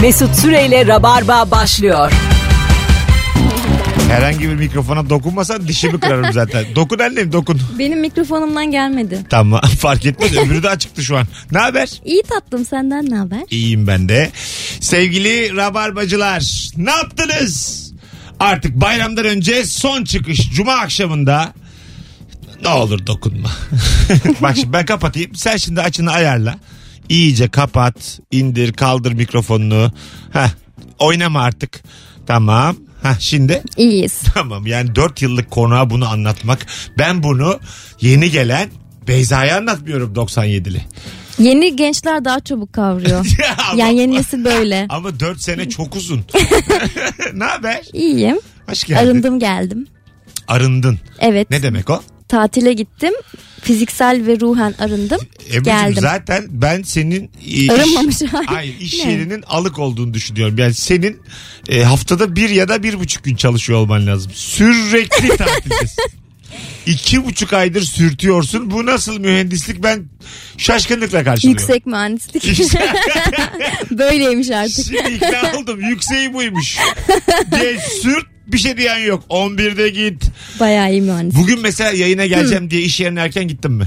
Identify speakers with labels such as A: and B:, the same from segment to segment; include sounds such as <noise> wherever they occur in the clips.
A: Mesut Süreyle Rabarba başlıyor.
B: Herhangi bir mikrofona dokunmasan dişimi kırarım zaten. Dokun annem dokun.
C: Benim mikrofonumdan gelmedi.
B: Tamam <laughs> fark etmez öbürü de açıktı şu an. Ne haber?
C: İyi tatlım senden ne haber?
B: İyiyim ben de. Sevgili Rabarbacılar ne yaptınız? Artık bayramdan önce son çıkış Cuma akşamında ne olur dokunma. <laughs> Bak şimdi ben kapatayım. Sen şimdi açını ayarla. İyice kapat. indir kaldır mikrofonunu. Heh, oynama artık. Tamam. Heh, şimdi
C: İyiyiz.
B: Tamam yani 4 yıllık konuğa bunu anlatmak. Ben bunu yeni gelen Beyza'ya anlatmıyorum 97'li.
C: Yeni gençler daha çabuk kavruyor.
B: <laughs> Ya ama-
C: yani yeni nesil böyle.
B: Ama 4 sene
C: <laughs>
B: çok uzun. <laughs> ne haber?
C: İyiyim.
B: Hoş geldin.
C: Arındım geldim.
B: Arındın.
C: Evet.
B: Ne demek o?
C: Tatile gittim. Fiziksel ve ruhen arındım.
B: Ebru'cum
C: geldim.
B: zaten ben senin e, iş, <laughs>
C: Arınmamış hali.
B: Hayır, iş
C: Ne?
B: yerinin alık olduğunu düşünüyorum. Yani senin e, haftada bir ya da bir buçuk gün çalışıyor olman lazım. Sürekli
C: <laughs>
B: tatildesin. İki buçuk aydır sürtüyorsun. Bu nasıl mühendislik ben şaşkınlıkla karşılıyorum.
C: Yüksek
B: <laughs>
C: mühendislik. <laughs> Böyleymiş artık.
B: Şimdi
C: <laughs>
B: ikna oldum. Yükseği buymuş. Diye sürt bir şey diyen yok. 11'de git.
C: Bayağı iyi mühendis.
B: Bugün mesela yayına geleceğim diye iş yerine erken gittin mi?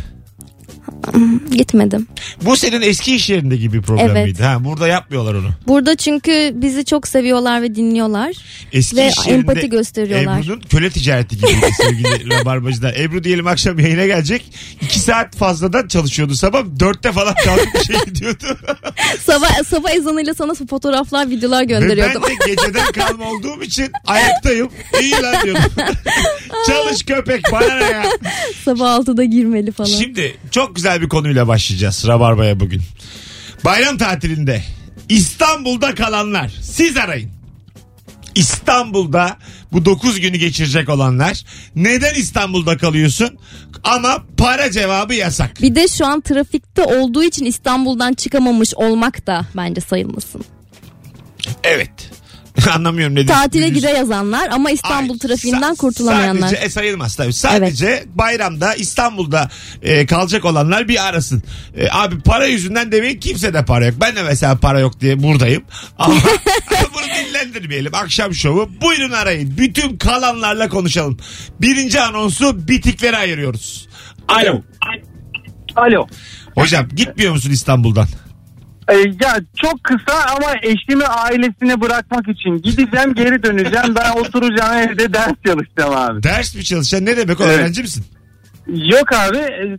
C: Gitmedim.
B: Bu senin eski iş yerinde gibi bir problem
C: Evet.
B: miydi? Ha, burada yapmıyorlar onu.
C: Burada çünkü bizi çok seviyorlar ve dinliyorlar.
B: Eski
C: Ve
B: iş yerinde
C: empati gösteriyorlar.
B: Ebru'nun köle ticareti gibi
C: <laughs>
B: sevgili rabarbacılar. Ebru diyelim akşam yayına gelecek. 2 saat fazladan çalışıyordu sabah. 4'te falan kalkıp bir şey gidiyordu.
C: Sabah sabah ezanıyla sana fotoğraflar, videolar
B: Ve
C: <laughs>
B: ben
C: gönderiyordum.
B: de geceden kalma olduğum için ayaktayım. İyi lan diyordum.
C: <laughs>
B: Çalış köpek bana ne ya.
C: <laughs> sabah 6'da girmeli falan.
B: Şimdi çok güzel bir konuyla başlayacağız Rabarba'ya bugün. Bayram tatilinde İstanbul'da kalanlar siz arayın. İstanbul'da bu 9 günü geçirecek olanlar neden İstanbul'da kalıyorsun ama para cevabı yasak.
C: Bir de şu an trafikte olduğu için İstanbul'dan çıkamamış olmak da bence sayılmasın.
B: Evet. <laughs> Anlamıyorum ne
C: Tatile
B: dediğinizi.
C: gide yazanlar ama İstanbul
B: Ay,
C: trafiğinden
B: sa-
C: kurtulamayanlar.
B: Sadece e, sayılmaz tabii. Sadece bayramda İstanbul'da e, kalacak olanlar bir arasın. E, abi para yüzünden demeyin kimse de para yok. Ben de mesela para yok diye buradayım.
C: <laughs>
B: Ama <laughs> ama bunu dinlendirmeyelim. Akşam şovu buyurun arayın. Bütün kalanlarla konuşalım. Birinci anonsu bitiklere ayırıyoruz. Alo.
D: Alo.
B: Hocam gitmiyor musun İstanbul'dan?
D: Ee, ya çok kısa ama eşimi ailesine bırakmak için gideceğim geri döneceğim. Ben oturacağım evde ders çalışacağım abi.
B: Ders mi çalışacaksın? Ne demek o?
D: Evet.
B: Öğrenci misin?
D: Yok abi e, e,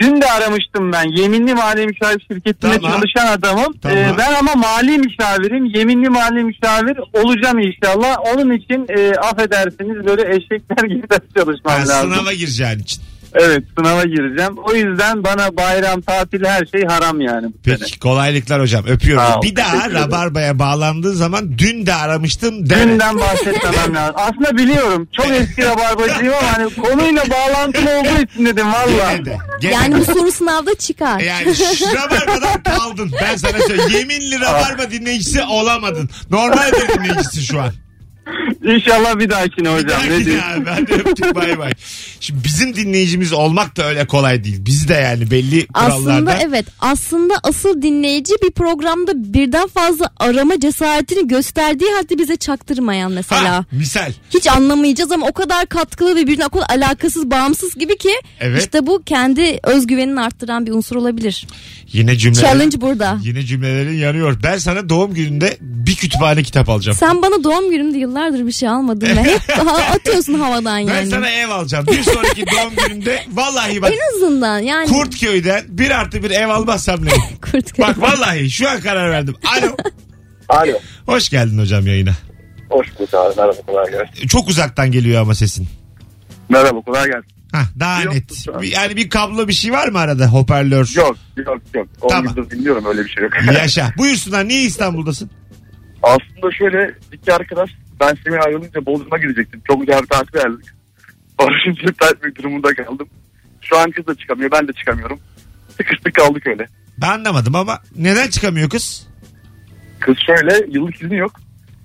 D: dün de aramıştım ben. Yeminli mali müşavir şirketinde
B: Tamam.
D: çalışan adamım.
B: Tamam.
D: Ee, ben ama mali müşavirim. Yeminli mali müşavir olacağım inşallah. Onun için e, affedersiniz böyle eşekler gibi ders çalışmam
B: Ha,
D: lazım.
B: sınava gireceğin için.
D: Evet sınava gireceğim. O yüzden bana bayram tatil her şey haram yani. bu sene.
B: Peki kolaylıklar hocam öpüyorum.
D: Sağ ol,
B: bir daha
D: teşekkür ederim.
B: Rabarba'ya bağlandığın zaman dün de aramıştım. deme.
D: Dünden bahsetmem lazım. Aslında biliyorum. Çok eski rabarbacıyım ama hani konuyla bağlantılı olduğu için dedim valla.
B: Gene de, gene
C: Yani bu
B: de.
C: soru sınavda çıkar.
B: e- Yani şu Rabarba'dan kaldın. Ben sana söyleyeyim. Yeminli Rabarba dinleyicisi olamadın. Normal bir dinleyicisi şu an.
D: İnşallah bir dahakine
B: Bir
D: hocam. Ne
B: dahaki
D: diyorsun?
B: ya. Ben de öptük bay bay. Şimdi bizim dinleyicimiz olmak da öyle kolay değil. Biz de yani belli kurallarda.
C: Aslında evet aslında asıl dinleyici bir programda birden fazla arama cesaretini gösterdiği halde bize çaktırmayan mesela.
B: Ha, misal.
C: Hiç anlamayacağız ama o kadar katkılı ve birbirine o kadar alakasız bağımsız gibi ki
B: Evet.
C: işte bu kendi özgüvenini arttıran bir unsur olabilir.
B: Yine cümleler.
C: Challenge burada.
B: Yine cümlelerin yanıyor. Ben sana doğum gününde bir kütüphane kitap alacağım.
C: Sen bana doğum günümde yıllardır bir şey almadın ve
B: <laughs>
C: hep ha- atıyorsun havadan
B: Ben
C: yani.
B: sana ev alacağım. Bir sonraki doğum günümde vallahi bak
C: En azından yani
B: Kurtköy'den bir artı bir ev almazsam ne?
C: kurt
B: Bak vallahi şu an karar verdim. Alo.
E: Alo.
B: Hoş geldin hocam yayına.
E: Hoş bulduk abi. Merhaba kolay gelsin.
B: Çok uzaktan geliyor ama sesin.
E: Merhaba kolay gelsin.
B: Hah, daha
E: Yok,
B: net.
E: şu an.
B: Bir- Yani bir kablo bir şey var mı arada hoparlör?
E: Yok yok yok. 10
B: Tamam.
E: yıldır dinliyorum öyle bir şey yok.
B: Yaşa. Buyursunlar niye İstanbul'dasın?
E: <laughs> Aslında şöyle iki arkadaş ben Semih ayrılınca Bodrum'a gidecektim. Çok güzel bir tatil verdik. Barış'ın tatil durumunda kaldım. Şu an kız da çıkamıyor ben de çıkamıyorum. Sıkıştık kaldık öyle.
B: Ben anlamadım ama neden çıkamıyor kız?
E: Kız şöyle yıllık izni yok.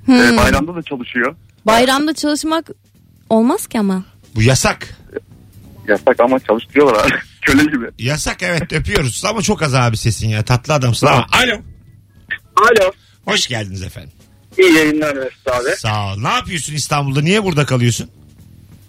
C: Hmm.
E: Ee, bayramda da çalışıyor.
C: Bayramda çalışmak olmaz ki ama.
B: Bu yasak.
E: Yasak ama çalıştırıyorlar abi. <laughs> Köle gibi.
B: Yasak evet öpüyoruz ama çok az abi sesin ya. Tatlı adamsın ama. Alo.
E: Alo.
B: Hoş geldiniz efendim.
E: İyi yayınlar Mesut abi.
B: Sağ ol. Ne yapıyorsun İstanbul'da? Niye burada kalıyorsun?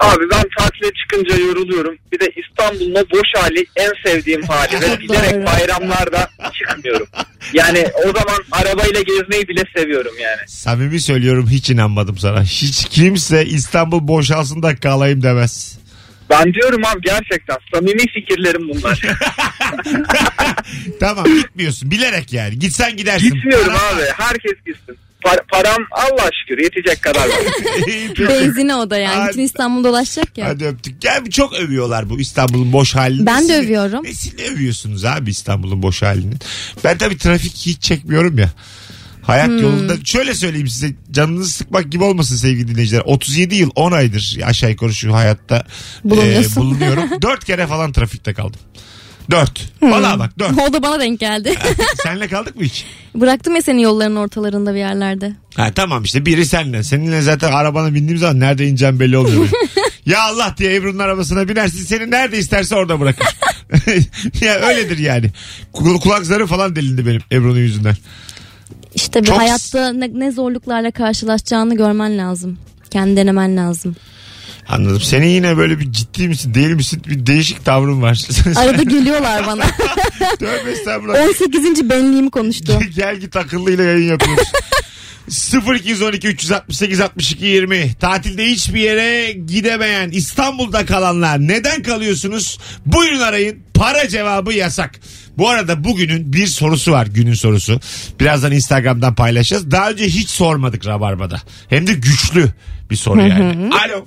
E: Abi ben tatile çıkınca yoruluyorum. Bir de İstanbul'un o boş hali en sevdiğim hali.
B: <laughs>
E: Ve giderek bayramlarda çıkmıyorum. Yani o zaman arabayla gezmeyi bile seviyorum yani.
B: Samimi söylüyorum hiç inanmadım sana. Hiç kimse İstanbul boşalsın da kalayım
E: <laughs>
B: demez.
E: Ben diyorum abi gerçekten samimi fikirlerim
B: <laughs>
E: bunlar.
B: Tamam gitmiyorsun. Bilerek yani. Gitsen gidersin.
E: Gitmiyorum
B: <laughs>
E: abi. Herkes gitsin. Par- param Allah şükür yetecek kadar var.
C: Benzine o da yani.
B: Ay-
C: Bütün İstanbul dolaşacak ya.
B: Hadi öptük. Yani çok övüyorlar bu İstanbul'un boş halini.
C: Ben de
B: Nesini-
C: övüyorum.
B: Nesini övüyorsunuz abi İstanbul'un boş halini? Ben tabii trafik hiç çekmiyorum ya. Hayat
C: Hmm.
B: yolunda şöyle söyleyeyim size canınızı sıkmak gibi olmasın sevgili dinleyiciler. 37 yıl 10 aydır aşağı yukarı şu hayatta
C: Bulunuyorsun. <laughs>
B: e, bulunuyorum. 4 kere falan trafikte kaldım. 4.
C: Hmm.
B: Valla bak 4.
C: <laughs> O da bana denk
B: <laughs>
C: geldi.
B: Senle kaldık mı hiç?
C: Bıraktım ya seni yolların ortalarında bir yerlerde.
B: Ha tamam işte biri senle. Seninle zaten arabana bindiğim zaman nerede ineceğim belli olmuyor. benim. ya Allah diye Ebru'nun arabasına binersin seni nerede isterse orada bırakır. <laughs> ya öyledir yani. Kul- Kulak zarı falan delindi benim Ebru'nun yüzünden.
C: İşte bir
B: Çok-
C: hayatta ne, ne zorluklarla karşılaşacağını görmen lazım. Kendi denemen lazım.
B: Anladım. Senin yine böyle bir ciddi misin değil misin bir değişik tavrın var. <laughs>
C: Arada geliyorlar bana.
B: Tövbe estağfurullah.
C: 18. benliğim konuştu.
B: <laughs> Gel git akıllıyla yayın yapıyoruz. 0212 368 62 20 tatilde hiçbir yere gidemeyen İstanbul'da kalanlar neden kalıyorsunuz? Buyurun arayın. Para cevabı yasak. Bu arada bugünün bir sorusu var günün sorusu. Birazdan Instagram'dan paylaşacağız. Daha önce hiç sormadık Rabarba'da. Hem de güçlü bir soru yani. Alo.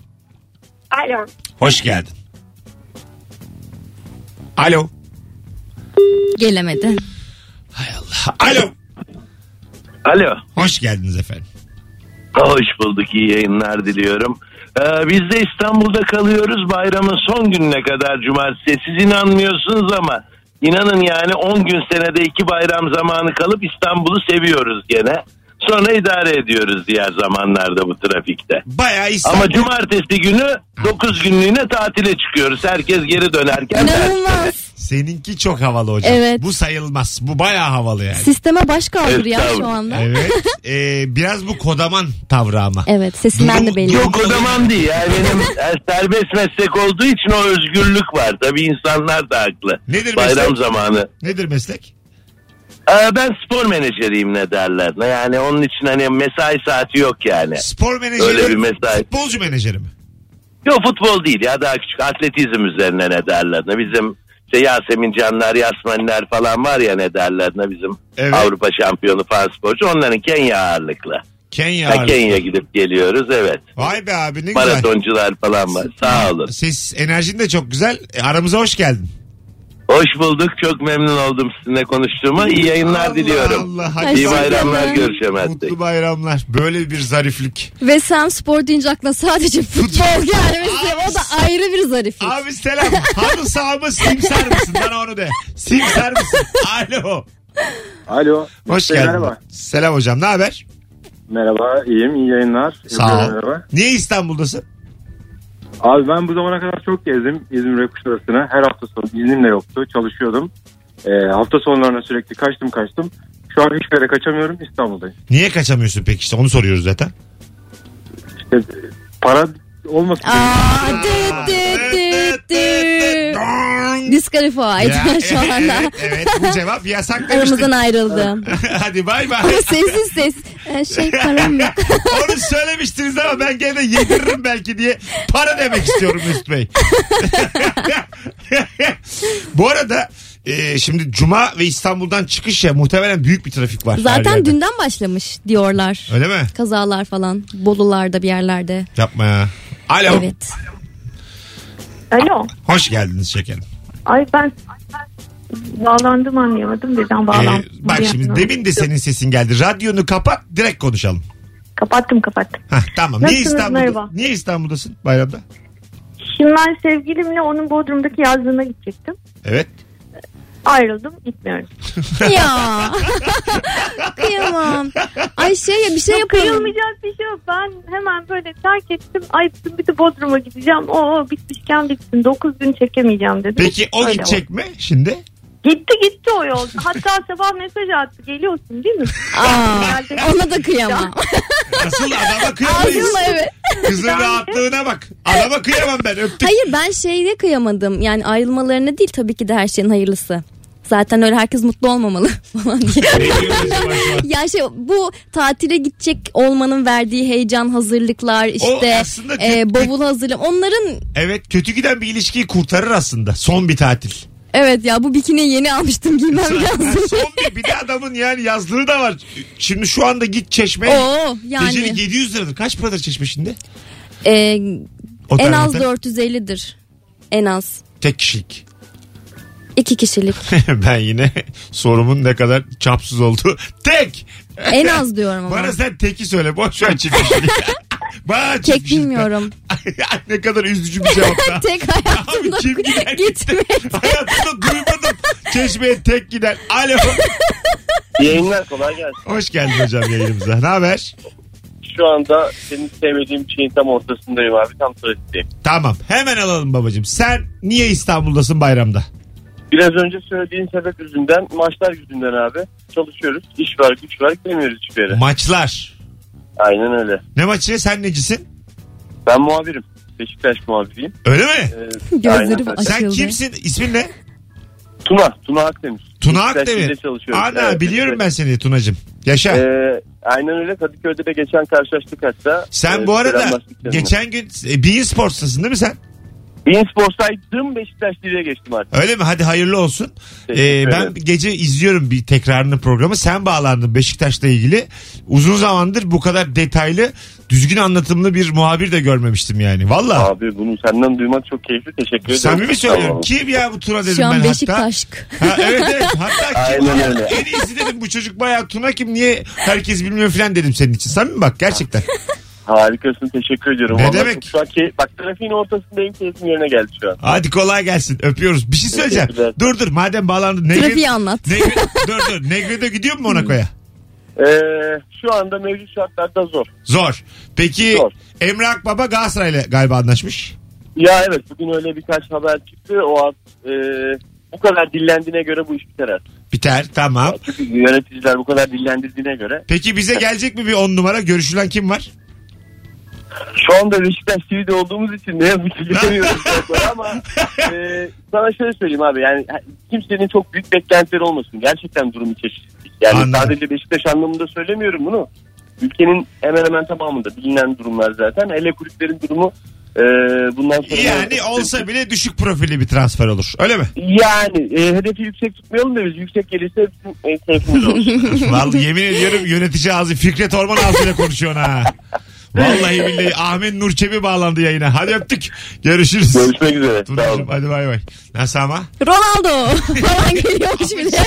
F: Alo.
B: Hoş geldin. Alo. <laughs>
C: Gelemedi.
B: Hay Allah. Alo.
G: Alo.
B: Hoş geldiniz efendim.
G: Hoş bulduk. iyi yayınlar diliyorum. Ee, biz de İstanbul'da kalıyoruz. Bayramın son gününe kadar cumartesi. Siz inanmıyorsunuz ama inanın yani 10 gün senede iki bayram zamanı kalıp İstanbul'u seviyoruz gene. Sonra idare ediyoruz diğer zamanlarda bu trafikte.
B: Bayağı İstanbul.
G: Ama cumartesi günü 9 günlüğüne tatile çıkıyoruz. Herkes geri dönerken
C: İnanılmaz.
B: Seninki çok havalı hocam.
C: Evet.
B: Bu sayılmaz. Bu bayağı havalı yani.
C: Sisteme baş kaldır ya şu
G: Estağfurullah.
C: anda. <laughs>
B: Evet. Ee, biraz bu kodaman tavrı ama.
C: Evet sesinden de belli.
G: Yok o zaman değil. Yani benim e, serbest meslek olduğu için o özgürlük var. Tabii insanlar da haklı.
B: Nedir
G: Bayram
B: meslek?
G: zamanı.
B: Nedir meslek?
G: Ee, ben spor menajeriyim ne derler. Ne Yani onun için hani mesai saati yok yani.
B: Spor menajeri.
G: Öyle bir
B: mi?
G: mesai.
B: Futbolcu menajeri mi?
G: Yok futbol değil ya daha küçük atletizm üzerine ne derler. Ne bizim işte Yasemin Canlar, Yasmenler falan var ya ne derler. Ne bizim
B: Evet.
G: Avrupa şampiyonu falan sporcu. Onların Kenya ağırlıklı.
B: Kenya.
G: Ha,
B: ağırlıklı.
G: Kenya gidip geliyoruz evet.
B: Vay be abi ne güzel.
G: Maratoncular falan var. Sağ olun.
B: Ses enerjin de çok güzel. E, aramıza hoş geldin.
G: Hoş bulduk. Çok memnun oldum sizinle konuştuğuma. İyi yayınlar
B: Allah
G: diliyorum.
B: Allah.
C: Ay,
B: Hadi
G: İyi
C: Hoşça
G: bayramlar
C: kalın.
G: görüşemezdik.
B: Mutlu bayramlar. Böyle bir zariflik.
C: Ve sen spor deyince aklına sadece futbol gelmesi o da ayrı bir zariflik.
G: <laughs>
B: Abi selam. Halı saha mı simser misin? Bana onu de. Simser misin? Alo.
H: Alo.
B: Hoş
H: Şey,
B: geldin.
H: Merhaba.
B: Selam hocam. Ne haber?
H: Merhaba. iyiyim. İyi yayınlar.
B: Sağ ol.
H: Merhaba.
B: Niye İstanbul'dasın?
H: Abi ben bu zamana kadar çok gezdim. İzmir'e Kuşadası'na. Her hafta sonu iznim de yoktu. Çalışıyordum. Ee, hafta sonlarına sürekli kaçtım kaçtım. Şu an hiçbir yere kaçamıyorum. İstanbul'dayım.
B: Niye kaçamıyorsun peki işte onu soruyoruz zaten.
H: İşte e, para olmasın.
C: Aa, dü, dü, dü, dü. Diskalifiye
B: Ya,
C: ediyor şu
B: <laughs>
C: anda.
B: evet, evet bu
C: <laughs>
B: cevap yasak demiştik.
C: Aramızdan ayrıldı.
B: <laughs> Hadi bay bay.
C: Ama sessiz ses. Ee, Şey param
B: <laughs>
C: yok.
B: Onu söylemiştiniz ama ben gene de yediririm belki diye para demek istiyorum Mesut Bey. <laughs> Bu arada e, şimdi Cuma ve İstanbul'dan çıkış ya muhtemelen büyük bir trafik var. her
C: Zaten
B: yerde.
C: dünden başlamış diyorlar.
B: Öyle mi?
C: Kazalar falan. Bolularda bir yerlerde.
B: Yapma ya. Alo.
C: Evet.
F: Alo.
B: Hoş geldiniz şekerim.
F: Ay ben bağlandım anlayamadım. Birden
B: Ee,
F: bağlandım.
B: bak şimdi demin de senin sesin geldi. Radyonu kapat direkt konuşalım.
F: Kapattım kapattım.
B: Hah, tamam. Niye
F: Nasılsınız?
B: İstanbul'da?
F: Merhaba.
B: Niye İstanbul'dasın bayramda?
F: Şimdi ben sevgilimle onun Bodrum'daki yazlığına gidecektim.
B: Evet.
F: Ayrıldım gitmiyorum.
B: <laughs>
C: ya. Kıyamam. Ay şey ya bir şey
F: Yok,
C: yapalım.
F: kırılmayacak bir şey yok. Ben hemen böyle terk ettim. Ay dedim, bir de Bodrum'a gideceğim. Oo bitmişken bitsin. 9 gün çekemeyeceğim dedim.
B: Peki o
F: Öyle
B: gidecek mi şimdi?
F: oldu. Gitti gitti o yol. Hatta <laughs> sabah mesaj attı. Geliyorsun değil mi?
C: Aa, ona da kıyamam.
B: Nasıl adama kıyamayız.
C: Aslında evet.
B: Kızın rahatlığına bak. Adama kıyamam ben öptük.
C: Hayır ben şeyde kıyamadım. Yani ayrılmalarına değil tabii ki de her şeyin hayırlısı. Zaten öyle herkes mutlu olmamalı <laughs> falan
B: <laughs>
C: diye.
B: Ne diyorsun acaba şu an?
C: ya şey bu tatile gidecek olmanın verdiği heyecan, hazırlıklar işte
B: aslında
C: e,
B: kötü-
C: bavul hazırlık. Onların
B: Evet kötü giden bir ilişkiyi kurtarır aslında. Son bir tatil.
C: evet ya bu bikini yeni almıştım giymem
B: <laughs> Yani
C: lazım.
B: son bir, bir de adamın yani yazlığı da var. Şimdi şu anda git çeşmeye.
C: Oo
B: Gecelik
C: yani
B: 700 liradır. Kaç paradır çeşme şimdi?
C: e, en
B: Otel
C: az
B: zaten.
C: 450'dir. En az.
B: Tek kişilik. <laughs>
C: iki kişilik.
B: ben yine sorumun ne kadar çapsız olduğu. Tek.
C: En az diyorum ama.
B: Bana sen teki söyle. Boş ver çift
C: <laughs>
B: kişilik. Bana çift
C: Tek
B: kişilik. <laughs>
C: bilmiyorum.
B: ne kadar üzücü bir cevap
C: <laughs>
B: da.
C: Tek hayatımda
B: Abi kim gider
C: <laughs> gitme.
B: Hayatımda duymadım. Çeşmeye tek giden. Alo.
I: Yayınlar kolay gelsin.
B: Hoş geldin hocam yayınımıza. Ne haber?
I: Şu anda senin sevmediğim şeyin tam ortasındayım abi. Tam trafikteyim.
B: Tamam. Hemen alalım babacığım. Sen niye İstanbul'dasın bayramda?
I: Biraz önce söylediğin sebep yüzünden, maçlar yüzünden abi. Çalışıyoruz. İş var, güç var. Gidemiyoruz hiçbir yere.
B: Maçlar.
I: Aynen öyle.
B: Ne maçı? Sen necisin?
I: Ben muhabirim. Beşiktaş muhabiriyim.
B: Öyle mi?
I: Ee, aynen
C: Gözlerim
I: öyle.
C: açıldı.
B: Sen kimsin? İsmin ne?
I: Tuna. Tuna Akdemir.
B: Tuna
I: Beşiktaş
B: Akdemir.
I: Ligi'de çalışıyorum.
B: Ana
I: Evet,
B: biliyorum
I: evet.
B: ben seni Tunacığım. Yaşa.
I: Ee, aynen öyle. Kadıköy'de de geçen karşılaştık hatta.
B: sen
I: Ee,
B: bu arada
I: selamlaştık canım.
B: geçen gün e, Bein Sports'tasın değil mi sen?
I: Bein Sports'taydım Beşiktaş Ligi'ye geçtim artık.
B: Öyle mi? Hadi hayırlı olsun.
I: Teşekkür
B: Ee, ben
I: ederim.
B: gece izliyorum bir tekrarını programı. Sen bağlandın Beşiktaş'la ilgili. Uzun zamandır bu kadar detaylı, düzgün anlatımlı bir muhabir de görmemiştim yani. Valla.
I: Abi bunu senden duymak çok keyifli. Teşekkür ederim.
B: Samimi söylüyorum.
I: Tamam.
B: Kim ya bu Tuna dedim
C: Şu an
B: ben hatta.
C: Beşiktaşk.
B: Ha, evet evet. Hatta kim?
I: Aynen öyle.
B: En iyisi dedim bu çocuk bayağı Tuna kim niye herkes bilmiyor falan dedim senin için. Samimi bak gerçekten.
I: Harikasın teşekkür ediyorum.
B: Ne
I: Vallahi
B: demek?
I: çok Şu anki, bak trafiğin ortasındayım keyfim yerine geldi şu an.
B: Hadi kolay gelsin. Öpüyoruz. Bir şey söyleyeceğim.
I: Teşekkürler.
B: Dur dur madem bağlandın. Negri-
C: Trafiği anlat.
B: Negri- dur dur. Negredo gidiyor mu Monaco'ya?
I: Ee, şu anda mevcut şartlarda zor.
B: Zor. Peki
I: Zor.
B: Emre Akbaba Galatasaray'la galiba anlaşmış.
I: Ya evet bugün öyle birkaç haber çıktı. O az e, bu kadar dillendiğine göre bu iş biter artık.
B: Biter tamam.
I: Çünkü yöneticiler bu kadar dillendirdiğine göre.
B: Peki bize gelecek mi bir on numara? Görüşülen kim var?
I: Şu anda Beşiktaş TV'de olduğumuz için ne yazık ki gidemiyoruz çocuklar ama e, sana şöyle söyleyeyim abi yani kimsenin çok büyük beklentileri olmasın. Gerçekten durumu çeşitlilik. Yani
B: Anladım.
I: sadece Beşiktaş anlamında söylemiyorum bunu. Ülkenin hemen hemen tamamında bilinen durumlar zaten. Hele kulüplerin durumu e, bundan sonra...
B: Yani olsa bile düşük profilli bir transfer olur. Öyle
I: <laughs>
B: mi?
I: Yani e, hedefi yüksek tutmayalım da biz yüksek gelirse bizim e, keyfimiz
E: <laughs>
I: olur.
B: Vallahi yemin ediyorum yönetici ağzı Fikret Orman ağzıyla konuşuyorsun ha. Vallahi billahi Ahmet Nurçebi bağlandı yayına. Hadi öptük. Görüşürüz.
I: Görüşmek üzere. Sağ
B: Tunacığım,
I: olun.
B: hadi bay bay. Nasıl ama?
C: Ronaldo
B: <laughs>
C: falan geliyormuş bir de.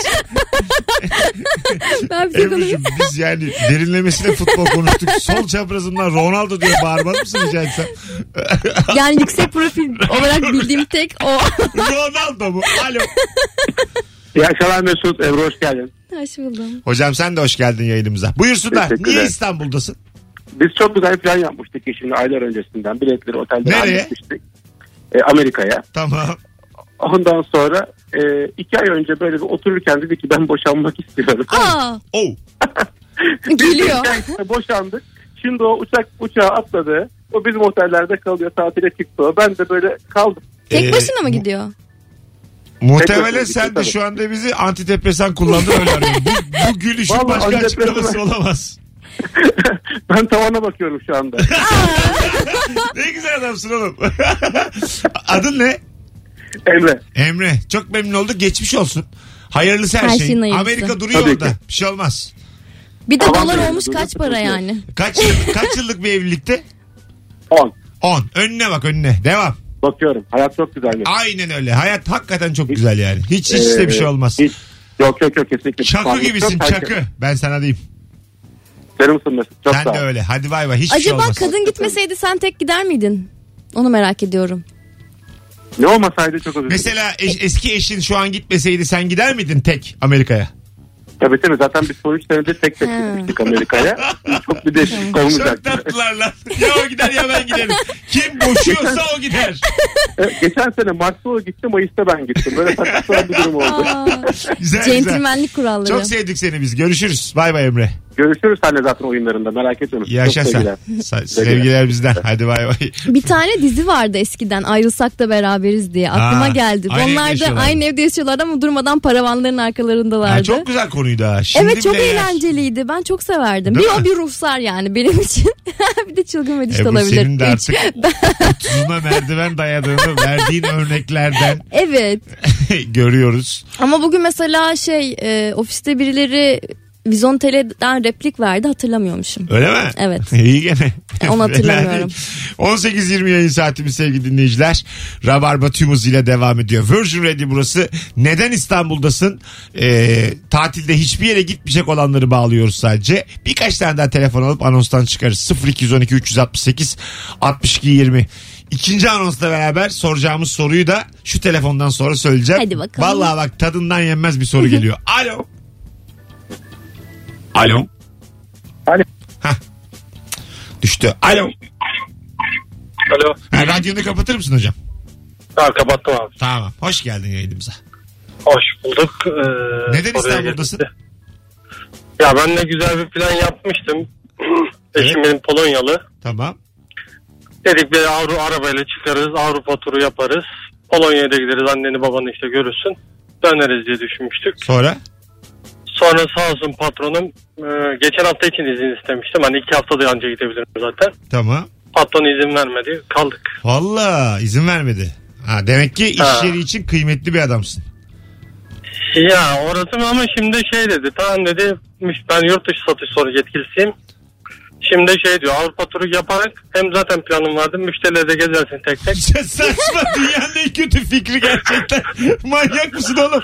C: ben bir şey
B: Ebru'cum biz yani derinlemesine futbol konuştuk. Sol çaprazımdan Ronaldo diye bağırmaz mısın rica etsem?
C: konuşayım. Yani yüksek profil olarak bildiğim tek
B: <laughs>
C: o.
B: Ronaldo mu? Alo.
H: İyi akşamlar Mesut. Ebru hoş geldin.
C: Hoş buldum.
B: Hocam sen de hoş geldin yayınımıza. Buyursunlar.
H: Teşekkürler.
B: Niye İstanbul'dasın?
H: Biz çok güzel plan yapmıştık şimdi aylar öncesinden. Biletleri otelde
B: Nereye?
H: halletmiştik. E, Amerika'ya.
B: Tamam.
H: Ondan sonra e, iki ay önce böyle bir otururken dedi ki ben boşanmak istiyorum.
C: Aa
B: Oh.
H: <laughs>
C: geliyor.
H: Yani boşandık. Şimdi o uçak uçağa atladı. O bizim otellerde kalıyor tatile çıktı. o. Ben de böyle kaldım. <laughs>
B: Ee,
C: Tek başına mı gidiyor?
B: Muhtemelen
H: Tek
B: sen de
H: tabii.
B: şu anda bizi antidepresan kullandın öyle arıyorum. Bu, bu gülüşün
H: Vallahi
B: başka
H: antidepresan-
B: açıklaması olamaz.
H: ben tavana bakıyorum
B: <laughs>
H: şu anda.
B: Ne güzel adamsın oğlum. <laughs> Adın ne?
H: Emre.
B: Emre. Çok memnun olduk. Geçmiş olsun. Hayırlısı her,
C: Her
B: şey.
C: şeyin hayırlısı.
B: Amerika duruyor
H: Tabii
B: orada.
H: ki.
B: Bir şey olmaz.
C: Bir de
H: Tamam,
C: dolar
H: yani,
C: olmuş
H: dolar
C: kaç para
H: satıyor.
C: yani?
B: Kaç yıllık, kaç yıllık bir evlilikte?
H: 10.
B: 10. Önüne bak önüne. Devam.
H: Bakıyorum. Hayat çok güzel. Mesut.
B: Aynen öyle. Hayat hakikaten çok güzel yani. Hiç hiç de
H: Ee,
B: bir şey olmaz.
H: Hiç. Yok yok yok kesinlikle.
B: Çakı
H: Pişmanlık
B: gibisin
H: yok.
B: çakı. Ben sana diyeyim.
H: Canımsın Mesut. Çok sağ
B: Sen
H: ol.
B: de öyle. Hadi bay bay. Hiçbir şey
C: Acaba
B: olmaz.
C: kadın gitmeseydi sen tek gider miydin? Onu merak ediyorum.
H: Ne olmasaydı çok özür dilerim.
B: Mesela eş- eski eşin şu an gitmeseydi sen gider miydin tek Amerika'ya?
I: Tabii tabii zaten biz son 3 senedir tek tek
C: Ha.
I: gitmiştik Amerika'ya. Çok bir değişiklik
B: Çok
I: olmayacaktı.
H: <laughs>
B: tatlılar lan. Ya o gider ya ben giderim. Kim boşuyorsa o gider.
I: E, Geçen sene Mart'ta o gitti, Mayıs'ta ben gittim. Böyle saçma sapan bir durum oldu.
C: Aa,
B: <laughs> Güzel güzel.
C: Centilmenlik kuralları.
B: Çok sevdik seni biz. Görüşürüz. Bay bay Emre.
I: Görüşürüz seninle zaten oyunlarında merak etme. Çok
B: Yaşa sen.
I: sevgiler.
B: Sa- Sevgiler bizden. Hadi bay bay.
C: Bir tane dizi vardı eskiden ayrılsak da beraberiz diye aklıma
B: Ha,
C: geldi.
B: aynı evde
C: Onlar da
B: yaşıyorlar.
C: aynı evde yaşıyorlardı ama durmadan paravanların arkalarındalardı.
B: Ha, çok güzel konuydu ha. Şimdi
C: Evet çok
B: bile E, eğer-
C: eğlenceliydi. Ben çok severdim.
B: Değil
C: bir
B: mi?
C: o bir ruhsar yani benim için. <laughs> bir de çılgın ve düşt
B: Ebru
C: olabilir.
B: senin de
C: Üç.
B: artık <laughs> otuzuna merdiven dayadığını verdiğin örneklerden <laughs>
C: Evet.
B: görüyoruz.
C: Ama bugün mesela şey e, ofiste birileri Vizontele'den replik verdi hatırlamıyormuşum.
B: Öyle mi?
C: Evet.
B: İyi gene.
C: Onu hatırlamıyorum.
B: 18-20 yayın saatimiz sevgili dinleyiciler. Rabarba tüm hızıyla devam ediyor. Virgin Radio burası. Neden İstanbul'dasın? Ee, tatilde hiçbir yere gitmeyecek olanları bağlıyoruz sadece. Birkaç tane daha telefon alıp anonstan çıkarız. 0212 368 62 20. İkinci anonsla beraber soracağımız soruyu da şu telefondan sonra söyleyeceğim.
C: Hadi bakalım.
B: Vallahi bak tadından yenmez bir
C: <laughs>
B: soru geliyor. Alo. Alo.
E: Alo.
B: Hah. Düştü. Alo.
E: Alo.
B: Ha, radyonu kapatır mısın hocam?
E: Tamam kapattım abi.
B: Tamam. Hoş geldin yayınımıza.
E: Hoş bulduk. Ee,
B: Neden
E: oraya
B: İstanbul'dasın?
E: geldik de. Ya ben de güzel bir plan yapmıştım. <clears throat> Eşim benim Polonyalı.
B: Tamam.
E: Dedik bir Avru arabayla çıkarız. Avrupa turu yaparız. Polonya'ya da gideriz. Anneni babanı işte görürsün. Döneriz diye düşünmüştük.
B: Sonra?
E: Sonra sağ olsun patronum e, geçen hafta için izin istemiştim. Hani iki hafta da anca gidebilirim zaten.
B: Tamam.
E: Patron izin vermedi. Kaldık.
B: Valla izin vermedi. Ha, demek ki iş
E: Ha.
B: yeri için kıymetli bir adamsın. <laughs>
E: Ya orası mı ama şimdi şey dedi. Tamam dedi müş- ben yurt dışı satış sorunu yetkilisiyim. Şimdi şey diyor Avrupa turu yaparak hem zaten planım vardı müşterileri de gezersin tek tek.
B: Saçma dünyanın en kötü fikri gerçekten. <laughs> Manyak mısın oğlum?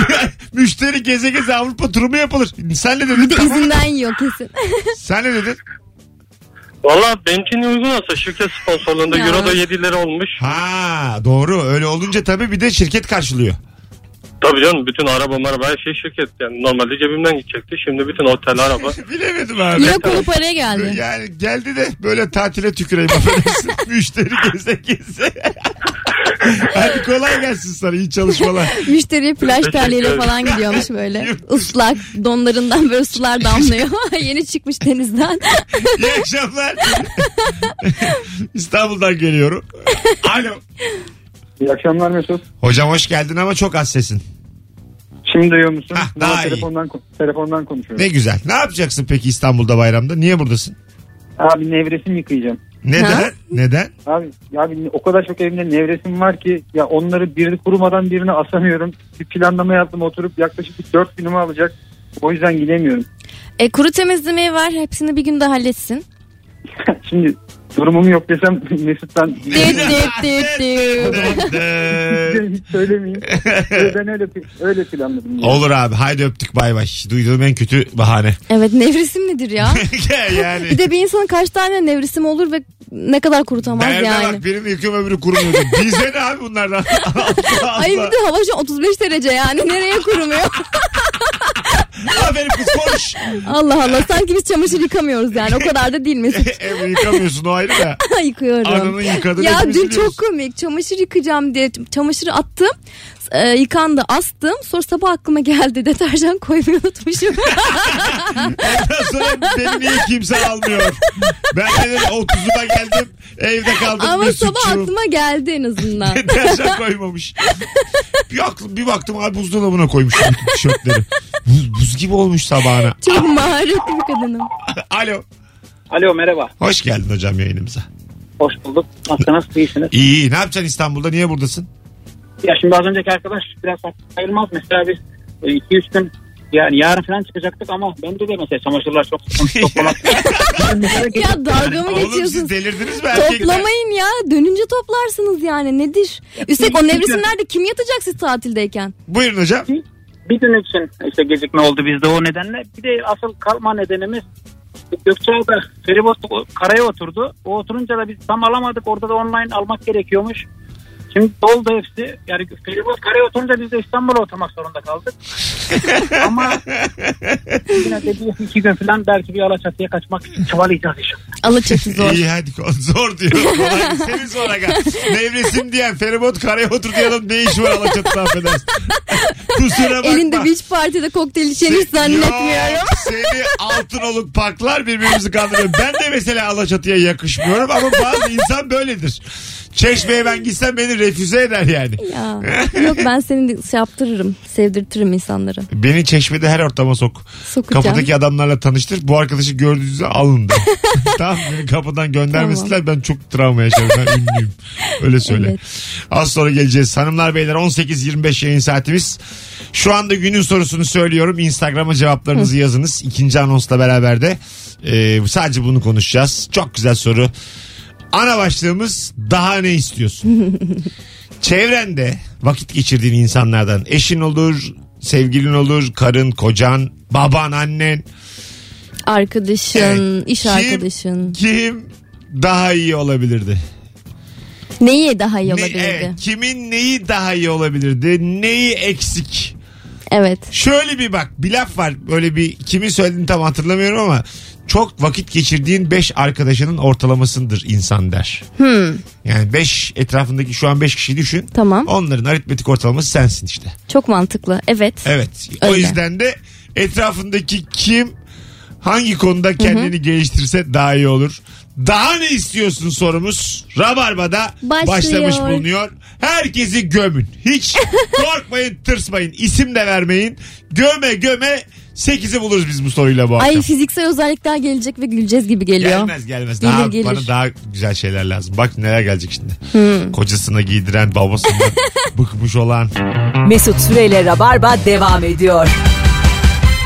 B: <laughs> Müşteri geze geze Avrupa turu mu yapılır? Sen ne
C: Bir de
B: dedin?
C: izinden yiyor
B: <laughs>
C: kesin.
B: Sen ne dedin?
E: Valla benim için uygun olsa şirket sponsorluğunda
C: Ya.
E: Euro da 7 lira olmuş.
B: Ha doğru öyle olunca tabii bir de şirket karşılıyor. <laughs>
E: Tabii canım bütün araba maraba her şey şirket. Yani normalde cebimden gidecekti. Şimdi bütün otel araba.
B: Bilemedim abi.
C: Lira kolu paraya geldi.
B: Yani geldi de böyle tatile tüküreyim <laughs> affedersin. Müşteri geze geze.
C: <laughs>
B: Hadi kolay gelsin sana iyi çalışmalar.
C: Müşteriye plaj
E: Teşekkür
C: terliğiyle
E: ederim.
C: falan gidiyormuş
B: <laughs>
C: böyle. Islak donlarından böyle sular damlıyor. <laughs> Yeni çıkmış
B: <laughs>
C: denizden.
B: İyi akşamlar. <laughs> İstanbul'dan geliyorum. Alo.
H: İyi akşamlar Mesut.
B: Hocam hoş geldin ama çok az sesin.
H: Şimdi duyuyor musun?
B: Hah, daha
H: Bunlar
B: iyi.
H: telefondan, telefondan konuşuyorum.
B: Ne güzel. Ne yapacaksın peki İstanbul'da bayramda? Niye buradasın?
H: Abi nevresim yıkayacağım.
B: Neden?
C: Ha? <laughs>
B: Neden?
H: Abi, abi o kadar çok evimde nevresim var ki ya onları birini kurumadan birine asamıyorum. Bir planlama yaptım oturup yaklaşık bir 4 günümü alacak. O yüzden gidemiyorum. <laughs>
C: E, kuru temizlemeyi ver hepsini bir günde
B: <laughs>
C: halletsin.
H: Şimdi durumum yok desem <laughs> Mesut'tan
C: Dit dit dit dit.
B: Ee,
H: <laughs> hiç
B: <laughs>
H: söylemeyeyim. Ee, ben öyle öyle planladım. ya.
B: Olur abi. Haydi öptük bay bay. Duyduğum en kötü bahane.
C: Evet nevresim nedir ya?
B: <laughs> yani.
C: Ah. Bir de bir insanın kaç tane nevresim olur ve ne kadar kurutamaz
B: Derde
C: yani.
B: bak benim yıkım ömrü kurumuyordu. Bize ne abi bunlardan? <laughs> Allah Allah.
C: Ay bir de hava şu an 35 derece yani nereye
B: <laughs>
C: kurumuyor?
B: Aferin kız <laughs> konuş.
C: Allah Allah sanki biz çamaşır yıkamıyoruz yani o kadar da değil Mesut.
B: Evi yıkamıyorsun o ayrı da.
C: Yıkıyorum.
B: Ananın yıkadı.
C: Ya dün
B: hepimiz biliyoruz.
C: çok komik. Çamaşır yıkacağım diye çamaşırı attım. E, yıkandı astım. Sonra sabah aklıma geldi. Deterjan koymayı unutmuşum.
B: <laughs> Ondan sonra beni niye kimse almıyor? Ben dedim 30'uma geldim. Evde kaldım.
C: Ama
B: bir
C: sabah
B: suçum. <laughs>
C: aklıma geldi en azından.
B: Deterjan koymamış. Bir, aklım, bir baktım abi buzdolabına koymuşum bütün tişörtleri. Buz, buz gibi olmuş sabahına. <laughs>
C: Çok maharetli bir kadınım.
B: Alo.
J: Alo merhaba.
B: Hoş geldin hocam yayınımıza.
J: Hoş bulduk. Nasılsınız? İyisiniz.
B: İyi iyi. Ne yapacaksın İstanbul'da? Niye buradasın?
J: Ya şimdi az önceki arkadaş biraz haklı sayılmaz. Mesela biz 2-3 gün yani yarın falan çıkacaktık ama bende de mesela çamaşırlar çok sıkıntı çok kolay.
C: Ya dalga mı
B: Oğlum siz
C: geçiyorsunuz?
B: delirdiniz mi erkekler?
C: Toplamayın ya. Dönünce toplarsınız yani. Nedir? Üstelik o nevresimlerde kim yatacak siz tatildeyken?
B: Buyurun hocam.
J: bir gün için işte gecikme oldu bizde o nedenle. Bir de asıl kalma nedenimiz Gökçeada feribot karaya oturdu. O oturunca da biz tam alamadık. Orada da online almak gerekiyormuş. Şimdi doldu hepsi. Yani Feribot karaya oturunca biz de İstanbul'a oturmak zorunda kaldık. Ama yine de bir iki gün falan belki bir Alaçatı'ya kaçmak çabalayacağız inşallah.
C: Alaçatı zor.
B: İyi hadi <laughs> kon- zor
C: <laughs>
B: diyor. Kolay senin sonra gel. Nevresim diyen feribot karaya otur diye adam ne işi var
C: <laughs>
B: Alaçatı'da affedersin. Kusura bakma.
C: Elinde beach partide kokteyl içeni hiç zannetmiyorum.
B: Yok, seni Altınoluk paklar birbirimizi kandırıyor. Ben de mesela Alaçatı'ya yakışmıyorum ama bazı insan böyledir. Çeşmeye ben gitsem beni refüze eder yani.
C: Ya. Yok ben seni de şey yaptırırım. Sevdirtirim insanları.
B: Beni çeşmede her ortama sok.
C: Sokacağım.
B: Kapıdaki adamlarla tanıştır. Bu arkadaşı gördüğünüzde alın de. <laughs> tamam beni kapıdan göndermesinler. Ben çok travma yaşarım. Ben ünlüyüm. Öyle söyle.
C: Evet.
B: Az sonra geleceğiz. Hanımlar beyler 18.25 yayın saatimiz. Şu anda günün sorusunu söylüyorum. Instagram'a cevaplarınızı yazınız. İkinci anonsla beraber de e, sadece bunu konuşacağız. Çok güzel soru. Ana başlığımız daha ne istiyorsun? Çevrende vakit geçirdiğin insanlardan eşin olur, sevgilin olur, karın, kocan, baban, annen.
C: Arkadaşın,
B: Evet.
C: iş
B: Kim-
C: arkadaşın.
B: Kim daha iyi olabilirdi?
C: Neyi daha iyi
B: Ne-
C: olabilirdi?
B: evet,
C: evet.
B: kimin neyi daha iyi olabilirdi? Neyi eksik? Şöyle bir bak bir laf var böyle bir kimin söylediğini tam hatırlamıyorum ama çok vakit geçirdiğin 5 arkadaşının ortalamasındır insan der. Yani 5 etrafındaki şu an 5 kişi düşün.
C: Hmm. Tamam.
B: Onların aritmetik ortalaması sensin işte.
C: Çok mantıklı. Evet.
B: Evet. O
C: Öyle.
B: yüzden de etrafındaki kim hangi konuda kendini geliştirse daha iyi olur. Daha ne istiyorsun sorumuz Rabarba'da
C: Başlıyor.
B: başlamış bulunuyor. Herkesi gömün.
C: <laughs>
B: Hiç korkmayın, tırsmayın. İsim de vermeyin. Göme göme 8'i buluruz biz bu soruyla bu akşam.
C: Ay fiziksel özellikler gelecek ve güleceğiz gibi geliyor.
B: Gelmez gelmez.
C: Gelir,
B: Daha,
C: gelir.
B: Bana daha güzel şeyler lazım. Bak neler gelecek şimdi. Kocasına giydiren, babasına
C: <laughs>
B: bıkmış olan.
A: Mesut Süreyle Rabarba devam ediyor.
B: <laughs>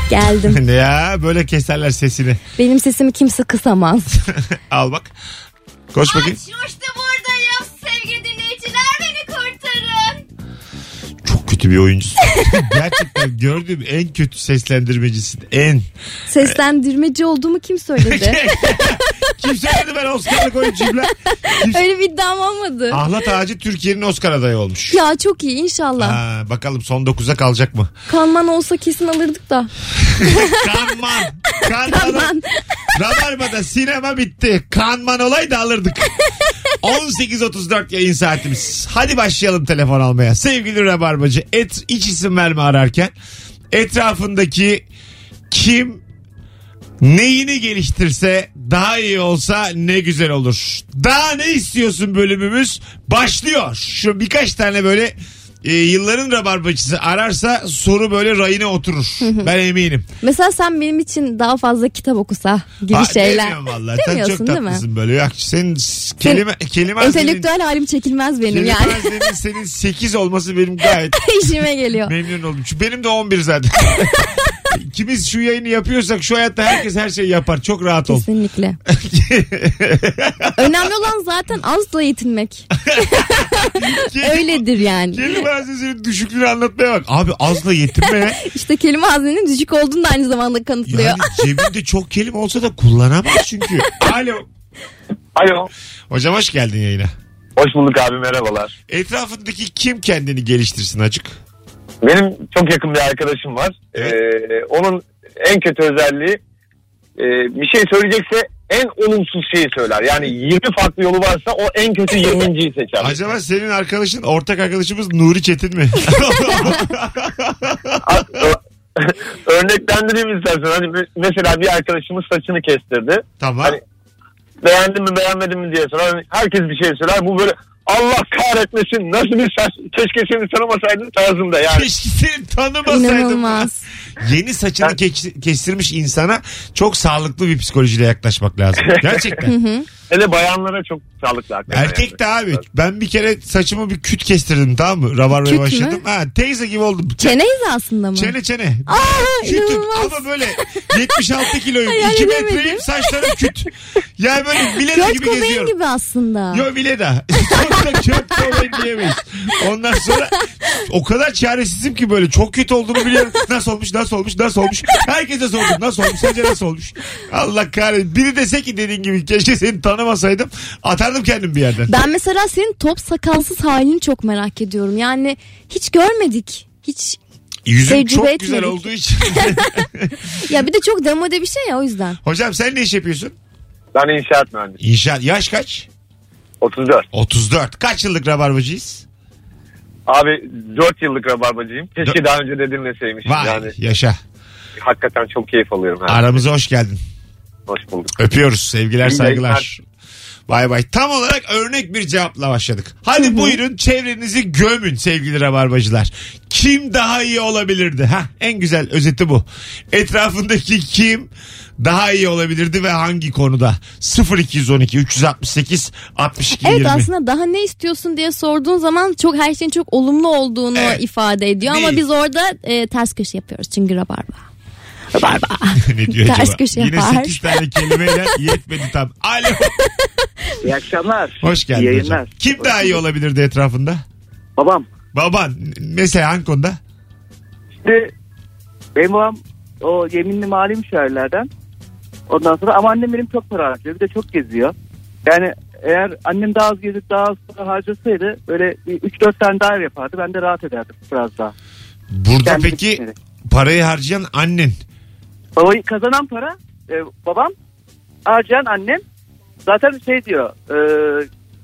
C: Geldim.
B: ne ya böyle keserler sesini.
C: Benim sesimi kimse kısamaz.
B: Al bak. Koş bakayım.
K: Şuruşta buradayım. Sevgili dinleyiciler beni kurtarın.
B: Çok kötü bir oyuncusun. <laughs> Gerçekten gördüğüm en kötü seslendirmecisin. En.
C: Seslendirmeci olduğumu kim
B: <laughs>
C: söyledi?
B: Kim söyledi ben Oscar'lık oyuncuyum lan? Kim-
C: Öyle bir iddiam olmadı.
B: Ahlat Ağacı Türkiye'nin Oscar adayı olmuş.
C: Ya çok iyi inşallah.
B: Ha, bakalım son 9'a kalacak mı?
C: Kanman olsa kesin alırdık da.
B: Kanman. <laughs> Kanman.
C: Kanman.
B: Rabarba'da sinema bitti. Kanman olaydı alırdık. 18.34 yayın saatimiz. Hadi başlayalım telefon almaya. Sevgili Rabarbacı et, iç isim verme ararken etrafındaki kim neyini geliştirse daha iyi olsa ne güzel olur. Daha ne istiyorsun bölümümüz başlıyor. Şu birkaç tane böyle e, yılların rabarbacısı ararsa soru böyle rayına oturur. ben eminim.
C: Mesela sen benim için daha fazla kitap okusa gibi
B: Ha,
C: şeyler.
B: demiyorum vallahi. Sen
C: Demiyorsun
B: çok
C: değil mi?
B: tatlısın böyle. Yok, senin s- kelime, kelime hazinin-
C: Entelektüel halim çekilmez benim
B: kelime
C: yani.
B: hazinin senin 8 olması benim gayet
C: <laughs> İşime geliyor.
B: memnun oldum. Çünkü benim de 11 zaten. <laughs> İkimiz şu yayını yapıyorsak şu hayatta herkes her şeyi yapar. Çok rahat ol. <laughs>
C: Kesinlikle. Önemli olan zaten azla yetinmek. Öyledir yani.
B: Kelime haznesinin düşüklüğünü anlatmaya bak. Abi
C: <laughs>
B: azla yetinme.
C: İşte kelime hazinenin düşük olduğunu da aynı zamanda kanıtlıyor.
B: yani cebinde çok kelime olsa da kullanamaz çünkü. Alo.
I: <laughs> Alo.
B: Hocam hoş geldin yayına.
I: Hoş bulduk abi merhabalar.
B: Etrafındaki kim kendini geliştirsin açık?
I: Benim çok yakın bir arkadaşım var.
B: Evet.
I: Ee, onun en kötü özelliği e, bir şey söyleyecekse en olumsuz şeyi söyler. Yani 20 farklı yolu varsa o en kötü 20.yi seçer.
B: Acaba senin arkadaşın ortak arkadaşımız Nuri
C: <laughs>
B: Çetin mi?
I: <laughs> Örneklendireyim istersen. Hani me- mesela bir arkadaşımız saçını kestirdi.
B: tamam.
I: Hani- Beğendin mi beğenmedin mi diye sorar. Hani herkes bir şey söyler. Bu böyle Allah kahretmesin nasıl bir saç keşke seni tanımasaydım tarzında yani.
B: Keşke seni tanımasaydım.
C: İnanılmaz.
B: Yeni saçını keç- kestirmiş insana çok sağlıklı bir psikolojiyle yaklaşmak lazım. Gerçekten.
I: Hele bayanlara çok sağlıklı hakikaten.
B: Erkek de abi. Ben bir kere saçımı bir küt kestirdim tamam mı? Rabarmaya
C: Küt mü?
B: başladım. Ha, teyze gibi oldum.
C: Çene hizasında mı?
B: Çene çene.
C: Aa,
B: Kütüm
C: inanılmaz.
B: ama böyle 76 kiloyum.
C: Hayal
B: 2
C: edemedim.
B: metreyim saçlarım küt.
C: <laughs>
B: Yani böyle Vileda
C: Kurt
B: gibi
C: Cobain
B: geziyorum.
C: gibi aslında.
B: Yo <laughs> Vileda. Çok da Kurt Cobain diyemeyiz. Ondan sonra o kadar çaresizim ki böyle çok kötü olduğumu biliyorum. Nasıl olmuş, nasıl olmuş, nasıl olmuş. Herkese sordum nasıl olmuş, sence nasıl olmuş. Allah kahretsin. Biri dese ki dediğin gibi keşke seni tanımasaydım. Atardım kendim bir yerden.
C: Ben mesela senin top sakalsız halini çok merak ediyorum. Yani hiç görmedik. Hiç
B: Yüzüm
C: tecrübe
B: çok güzel
C: etmedik.
B: olduğu için. <laughs>
C: ya bir de çok demode bir şey ya o yüzden.
B: Hocam sen ne iş yapıyorsun?
I: Ben inşaat mühendisiyim.
B: İnşaat. Yaş kaç?
I: 34.
B: 34. Kaç yıllık rabarbacıyız?
I: Abi 4 yıllık rabarbacıyım. Keşke daha önce de dinleseymişim.
B: Vay
I: Yani
B: yaşa.
I: hakikaten çok keyif alıyorum. her
B: Aramıza hoş geldin.
I: Hoş bulduk.
B: Öpüyoruz. Sevgiler,
I: İyi
B: saygılar. Bay bay. Tam olarak örnek bir cevapla başladık. Hadi buyurun çevrenizi gömün sevgili rabarbacılar. Kim daha iyi olabilirdi? Ha, en güzel özeti bu. Etrafındaki kim daha iyi olabilirdi ve hangi konuda? 0212 368 62
C: Evet
B: 20.
C: aslında daha ne istiyorsun diye sorduğun zaman çok her şeyin çok olumlu olduğunu
B: Evet.
C: ifade ediyor
B: Değil.
C: ama biz orada e, ters köşe yapıyoruz çünkü rabarba.
B: <laughs> ne diyor
C: Ters
B: acaba?
C: köşe
B: Yine
C: yapar.
B: 8
C: <laughs>
B: tane kelimeyle yetmedi tam. Alo.
L: İyi akşamlar.
B: Hoş geldin
L: İyi
B: hocam.
L: yayınlar.
B: Kim daha iyi olabilirdi etrafında?
L: Babam.
B: Baban. Mesela hangi konuda?
L: Şimdi benim babam o yeminli mali müşavirlerden. Ondan sonra ama annem benim çok para harcıyor. Bir de çok geziyor. Yani eğer annem daha az gezip daha az para harcasaydı böyle bir 3-4 tane daire yapardı. Ben de rahat ederdim biraz daha.
B: Burada
L: Kendimi
B: peki
L: düşünerek.
B: parayı harcayan annen.
L: Babayı kazanan para e, babam harcayan annem zaten şey diyor e,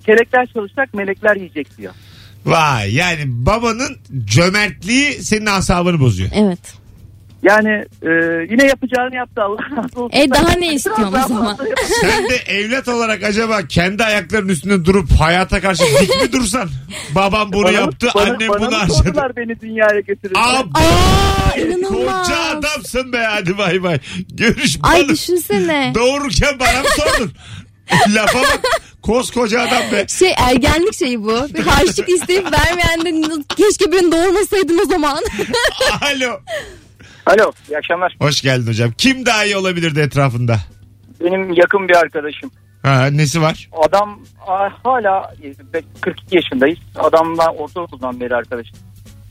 L: kelekler çalışacak melekler yiyecek diyor.
B: Vay yani babanın cömertliği senin
L: <laughs>
B: asabını bozuyor.
C: Evet.
L: Yani e, yine yapacağını yaptı Allah razı olsun.
C: E, daha ne istiyorsun o
L: Biraz daha
C: zaman?
L: fazla yap-
B: Sen de evlat olarak acaba kendi ayaklarının üstünde durup hayata karşı dik mi dursan? Babam bunu
L: Bana-
B: yaptı,
L: bana-
B: annem
L: bana
B: bunu
L: mı
B: harcadı.
L: sordular beni dünyaya getirirken.
B: Abi
C: Aa inanılmaz.
B: koca adamsın be hadi bay bay. Görüş
C: Ay
B: bana-
C: düşünsene.
B: Doğururken bana mı sordun? <laughs> Lafa bak. Koskoca adam
C: <laughs>
B: be.
C: Şey ergenlik şeyi bu. Bir harçlık isteyip vermeyen de keşke birini doğurmasaydım o zaman. <laughs>
B: Alo.
M: Alo iyi akşamlar.
B: Hoş geldin hocam. Kim daha iyi olabilirdi etrafında?
M: Benim yakın bir arkadaşım.
B: Ha, nesi var?
M: Adam a, hala e, be- 42 yaşındayız. Adamla ortaokuldan beri arkadaşım.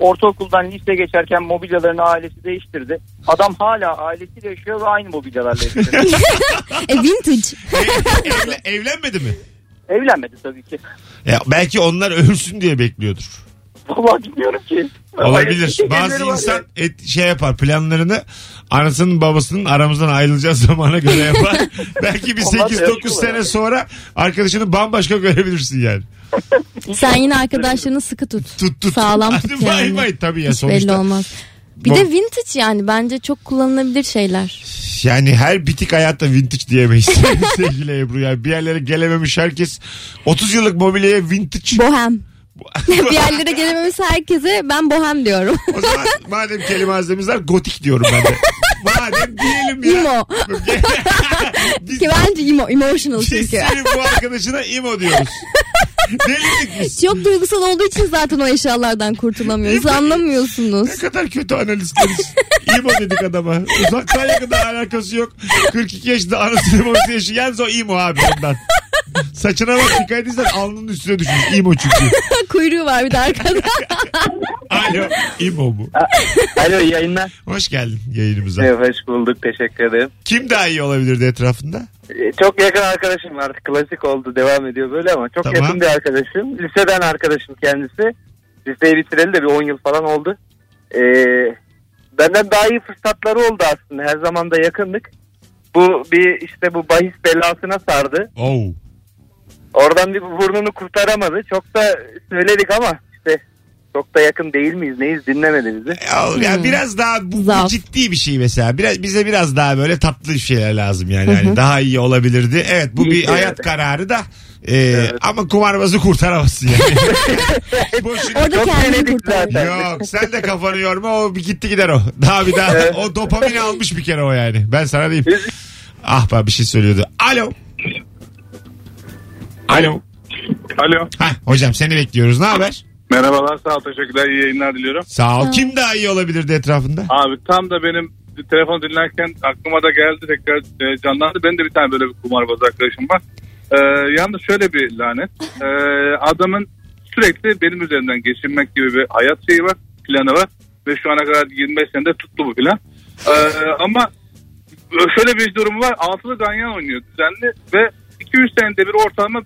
M: Ortaokuldan lise geçerken mobilyalarını ailesi değiştirdi. Adam hala ailesiyle yaşıyor ve aynı mobilyalarla yaşıyor.
B: <laughs>
C: e vintage.
M: <laughs>
B: Evle- evlenmedi mi?
M: Evlenmedi tabii ki.
B: Ya belki onlar ölsün diye bekliyordur.
M: Vallahi bilmiyorum ki.
B: Olabilir.
M: Ailesi
B: Bazı
M: var ya.
B: insan et, şey yapar planlarını anasının babasının aramızdan ayrılacağı <laughs> zamana göre
M: <laughs>
B: yapar. Belki bir
M: Onlar da
B: 8-9
M: yaşıyorlar
B: sene sonra arkadaşını bambaşka görebilirsin yani.
C: Sen yine arkadaşlarını sıkı tut.
B: Tut tut.
C: Sağlam
B: Hadi
C: tut
B: bay
C: yani.
B: bay tabii ya
C: Hiç belli
B: sonuçta.
C: olmaz. Bir
B: Bu-
C: de vintage yani bence çok kullanılabilir şeyler.
B: Yani her bitik hayatta vintage
C: <laughs>
B: diyemeyiz sevgili Ebru ya. Bir yerlere gelememiş herkes 30 yıllık mobilyaya vintage.
C: Bohem. <laughs> bir yerlere gelememesi herkese ben bohem diyorum.
B: O zaman madem kelime haznemiz var gotik diyorum ben de. Madem diyelim ya.
C: imo.
B: <laughs> Biz-
C: Ki bence imo. Emotional
B: Biz
C: çünkü.
B: senin bu arkadaşına imo diyoruz. Delirdik biz.
C: Çok duygusal olduğu için zaten o eşyalardan kurtulamıyoruz.
B: <laughs>
C: anlamıyorsunuz.
B: Ne kadar kötü analistleriz. İmo dedik adama. Uzaktan yakından alakası yok. 42 yaşında anasını babası yaşı. Yalnız o İmo abi ondan. Saçına bak dikkat edinsen alnının üstüne düşmüş. İmo çünkü.
C: Kuyruğu var bir de
B: <laughs>
C: arkada.
B: Alo. İmo bu.
L: <laughs> Alo iyi yayınlar.
B: Hoş geldin yayınımıza.
L: Evet, hoş bulduk teşekkür ederim.
B: Kim daha iyi olabilirdi etrafında?
L: Ee, Çok yakın arkadaşım artık klasik oldu devam ediyor böyle ama çok
B: Tamam.
L: yakın bir arkadaşım. Liseden arkadaşım kendisi. Liseyi bitireli de bir 10 yıl falan oldu. Ee, benden daha iyi fırsatları oldu aslında her zaman da yakındık. Bu bir işte bu bahis belasına sardı.
B: Oh.
L: Oradan bir burnunu kurtaramadı. Çok da söyledik ama işte çok da yakın değil miyiz neyiz dinlemedi bizi.
B: Ya,
N: Hmm.
B: ya biraz daha bu, bu
C: Zaaf.
B: ciddi bir şey mesela. Biraz bize biraz daha böyle tatlı bir şeyler lazım yani. Hani daha iyi olabilirdi. Evet bu
L: İyi
B: bir
L: şeyler.
B: hayat kararı da e, ama kumarbazı kurtaramazsın yani. <laughs> Boşuna
C: Orada
L: Çok
C: kendini
L: denedik
C: kurtar.
L: zaten.
B: Yok sen de kafanı yorma o bir gitti gider o. Daha bir daha o dopamin almış bir kere o yani. Ben sana diyeyim. Ah be bir şey söylüyordu. Alo. Alo.
N: Alo.
B: Hah hocam seni bekliyoruz. Ne haber?
N: Merhabalar sağ ol teşekkürler iyi yayınlar diliyorum.
B: Sağ ol.
C: Sağ ol.
B: Kim daha iyi olabilirdi etrafında?
N: Abi tam da benim telefonu dinlerken aklıma da geldi tekrar e, canlandı. Benim de bir tane böyle bir kumarbaz arkadaşım var. E, yalnız şöyle bir lanet. E, adamın sürekli benim üzerimden geçinmek gibi bir hayat şeyi var, planı var. Ve şu ana kadar 25 senede tuttu bu plan. E, ama şöyle bir durum var. Altılı ganyan oynuyor düzenli ve 2-3 senede bir ortalama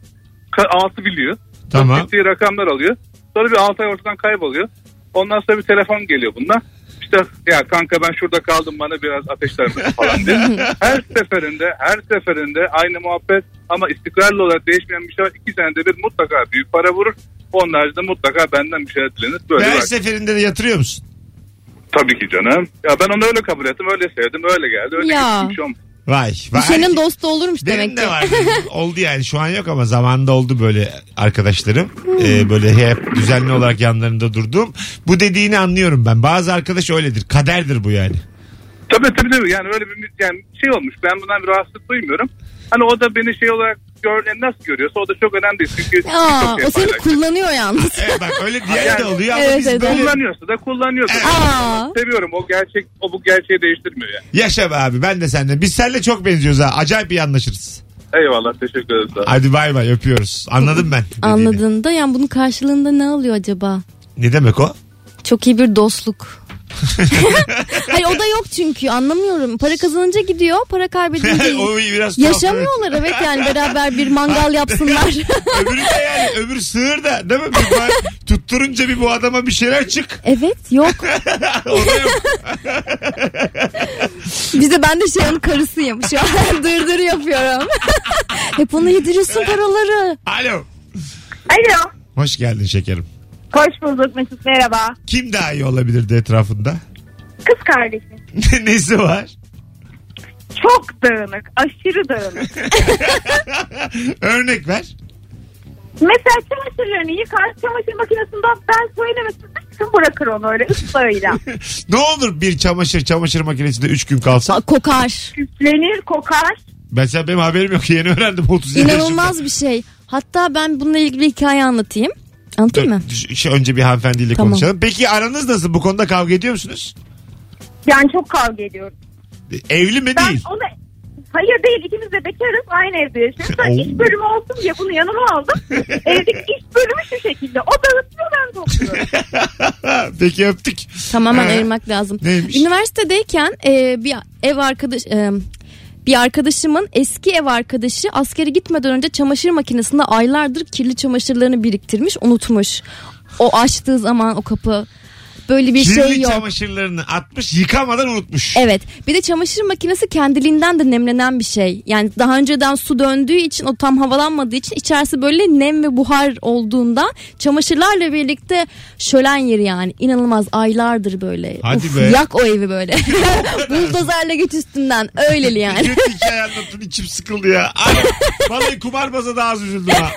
N: ka- altı biliyor.
B: Tamam.
N: Ciddi rakamlar alıyor. Sonra bir 6 ay ortadan kayboluyor. Ondan sonra bir telefon geliyor bundan. İşte ya kanka ben şurada kaldım bana biraz ateşler misin?" falan diye. Her seferinde her seferinde aynı muhabbet ama istikrarlı olarak değişmeyen bir şey var. İki senede bir mutlaka büyük para vurur. Onun haricinde mutlaka benden bir şeyler dilenir. Böyle
B: Her
N: bir-
B: seferinde de yatırıyor musun?
N: Tabii ki canım. Ya ben onu öyle kabul ettim. Öyle sevdim. Öyle geldi. Öyle
C: Ya.
N: gittim. Bir şey olmadı.
B: Vay. vay.
C: Düşenin dostu olurmuş demek
B: Benim
C: ki.
B: de
C: <laughs>
B: var. oldu yani şu an yok ama zamanında oldu böyle arkadaşlarım. Ee, böyle hep düzenli olarak yanlarında durdum. Bu dediğini anlıyorum ben. Bazı arkadaş öyledir. Kaderdir bu yani.
N: Tabii tabii tabii yani öyle bir yani şey olmuş ben bundan bir rahatsızlık duymuyorum. Hani o da beni şey olarak görünen nasıl görüyorsa o da çok önemli değil. Çünkü
C: Aa,
N: çok şey
C: o seni
N: paylaşıyor.
C: kullanıyor yalnız.
B: Evet bak öyle diyen de oluyor ama
C: Evet,
B: biz
C: evet.
B: böyle...
N: Kullanıyorsa da kullanıyorsa.
C: Aa.
N: Seviyorum o gerçek o bu gerçeği değiştirmiyor yani.
B: Yaşa be abi ben de senden. Biz seninle çok benziyoruz ha. Acayip iyi anlaşırız.
N: Eyvallah teşekkür ederim. sana.
B: Hadi bay bay öpüyoruz. Anladım ben. dediğini.
C: Anladığında yani bunun karşılığında ne alıyor acaba?
B: Ne demek o? <laughs>
C: Çok iyi bir dostluk. <laughs> Hayır o da yok çünkü anlamıyorum. Para kazanınca gidiyor, para kaybedince
B: <laughs> O biraz tuhaf,
C: yaşamıyorlar evet yani beraber bir mangal yapsınlar.
B: Öbürü de yani öbür sığır da değil mi? Bir bak, tutturunca bir bu adama bir şeyler çık.
C: evet yok.
B: O da
C: <laughs>
B: yok.
C: Bize ben de şey onun karısıyım. Şu an <laughs> dırdır yapıyorum. <laughs> Hep ona yediriyorsun paraları.
B: Alo.
O: Alo.
B: Hoş geldin şekerim.
O: Hoş bulduk Mesut merhaba.
B: Kim daha iyi olabilirdi etrafında? <laughs>
O: Kız kardeşim.
B: Nesi var? <laughs>
O: Çok dağınık. Aşırı dağınık.
B: Örnek ver.
O: Mesela çamaşırlarını yıkar. Çamaşır makinesinden ben söylemesin. Üç gün bırakır onu öyle ıslığıyla.
B: Ne olur bir çamaşır çamaşır makinesinde 3 gün kalsa.
C: Kokar.
O: Küflenir, kokar.
B: Mesela benim haberim yok yeni öğrendim 30 yaşında.
C: İnanılmaz bir şey. Hatta ben bununla ilgili bir hikaye anlatayım.
B: Dur,
C: Anlatayım mı?
B: düş- şu önce bir hanımefendiyle
C: Tamam.
B: konuşalım. Peki aranız nasıl? Bu konuda kavga ediyor musunuz?
O: Yani çok kavga ediyoruz.
B: Evli mi
O: Ben
B: değil?
O: ona... Hayır değil ikimiz de bekarız aynı evde yaşıyoruz. Ben
B: Oo.
O: iş bölümü olsun diye bunu yanıma aldım. Evdeki iş bölümü şu şekilde. O dağıtıyor ben topluyorum.
B: Peki öptük.
C: Tamamen
B: Ha.
C: ayırmak lazım.
B: Neymiş?
C: Üniversitedeyken e, bir ev arkadaş e, bir arkadaşımın eski ev arkadaşı askere gitmeden önce çamaşır makinesinde aylardır kirli çamaşırlarını biriktirmiş, unutmuş. O açtığı zaman o kapı böyle bir
B: Kirli
C: şey yok.
B: çamaşırlarını atmış yıkamadan unutmuş.
C: Evet. Bir de çamaşır makinesi kendiliğinden de nemlenen bir şey. Yani daha önceden su döndüğü için o tam havalanmadığı için içerisi böyle nem ve buhar olduğunda çamaşırlarla birlikte şölen yeri yani inanılmaz aylardır böyle.
B: Hadi be.
C: Yak o evi
B: <laughs>
C: böyle. Buldozerle geç üstünden öyleli yani.
B: Kötü hikaye anlattın içim sıkıldı ya. Alo. Vallahi kumarbaza da az üzüldüm ha.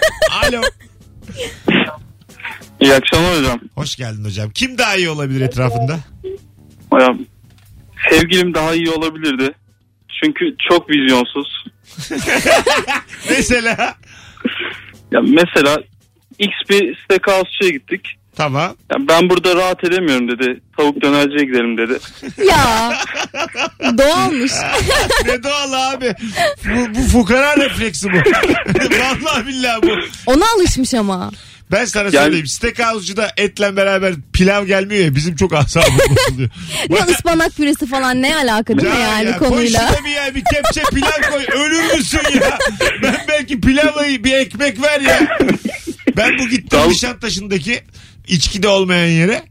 B: Alo.
P: <laughs> İyi akşamlar hocam.
B: Hoş geldin hocam. Kim daha iyi olabilir etrafında?
P: Hocam sevgilim daha iyi olabilirdi. Çünkü çok vizyonsuz.
B: Mesela?
P: Ya mesela X bir steakhouse'çıya gittik.
B: Tamam.
P: Ya ben burada rahat edemiyorum dedi. Tavuk dönerciye gidelim dedi.
C: ya. Doğalmış.
B: ne doğal abi. Bu, bu fukara refleksi bu. <laughs> Vallahi billahi bu.
C: Ona alışmış ama.
B: Ben sana
P: Yani-
B: söyleyeyim. Steakhouse'cuda etle beraber pilav gelmiyor ya. Bizim
C: <laughs>
B: çok asabımız bozuluyor.
C: Ne ıspanak püresi falan ne alaka değil mi yani
B: ya,
C: konuyla?
B: Koy şuna bir, ya, bir kepçe pilav koy. Ölür müsün ya? Ben belki pilavla bir ekmek ver ya. Ben bu gittim Nişantaşı'ndaki içkide olmayan yere.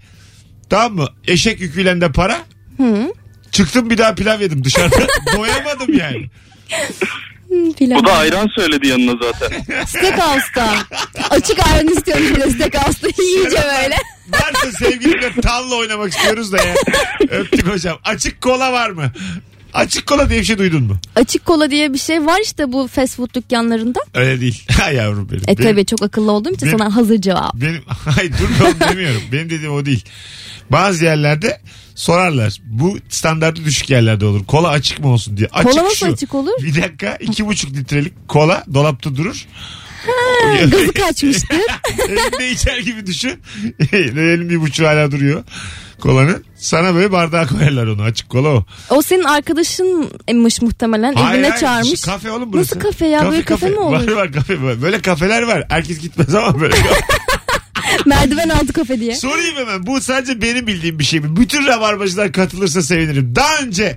B: Tamam mı? Eşek yüküyle de para.
C: Hı.
B: Çıktım bir daha pilav yedim dışarıda. <laughs> Doyamadım yani.
C: Hı, filan.
P: O da ayran söyledi yanına zaten.
C: Steakhouse'da. Açık ayran istiyorum bir de steakhouse'da. <laughs> İyice böyle.
B: Varsa sevgilimle tavla oynamak istiyoruz da ya. Öptük hocam. Açık kola var mı? Açık kola diye bir şey duydun mu?
C: Açık kola diye bir şey var işte bu fast food dükkanlarında.
B: Öyle değil. <laughs> Ha yavrum benim.
C: E
B: Benim-
C: tabii çok akıllı olduğum için
B: Benim-
C: sana hazır cevap.
B: Benim <laughs> hayır dur
C: <laughs>
B: ben onu demiyorum. Benim dediğim o değil. Bazı yerlerde sorarlar. Bu standartı düşük yerlerde olur. Kola açık mı olsun diye. Açık
C: Kola nasıl
B: şu.
C: açık olur?
B: Bir dakika iki buçuk litrelik kola
C: <laughs>
B: dolapta durur.
C: Ha, gazı kaçmıştır.
B: <laughs> Elinde içer gibi düşün. Elin bir buçuğu hala duruyor. kolanın. Sana böyle bardağa koyarlar onu açık kola o.
C: O senin arkadaşınmış muhtemelen. Evine çağırmış.
B: Kafe oğlum burası.
C: Nasıl kafe ya? böyle kafe, mi olur?
B: Var var kafe. var. Böyle kafeler var. Herkes gitmez
C: <laughs>
B: ama böyle.
C: Merdiven altı kafe diye.
B: Sorayım hemen. Bu sadece benim bildiğim bir şey mi? Bütün rabarbacılar katılırsa sevinirim. Daha önce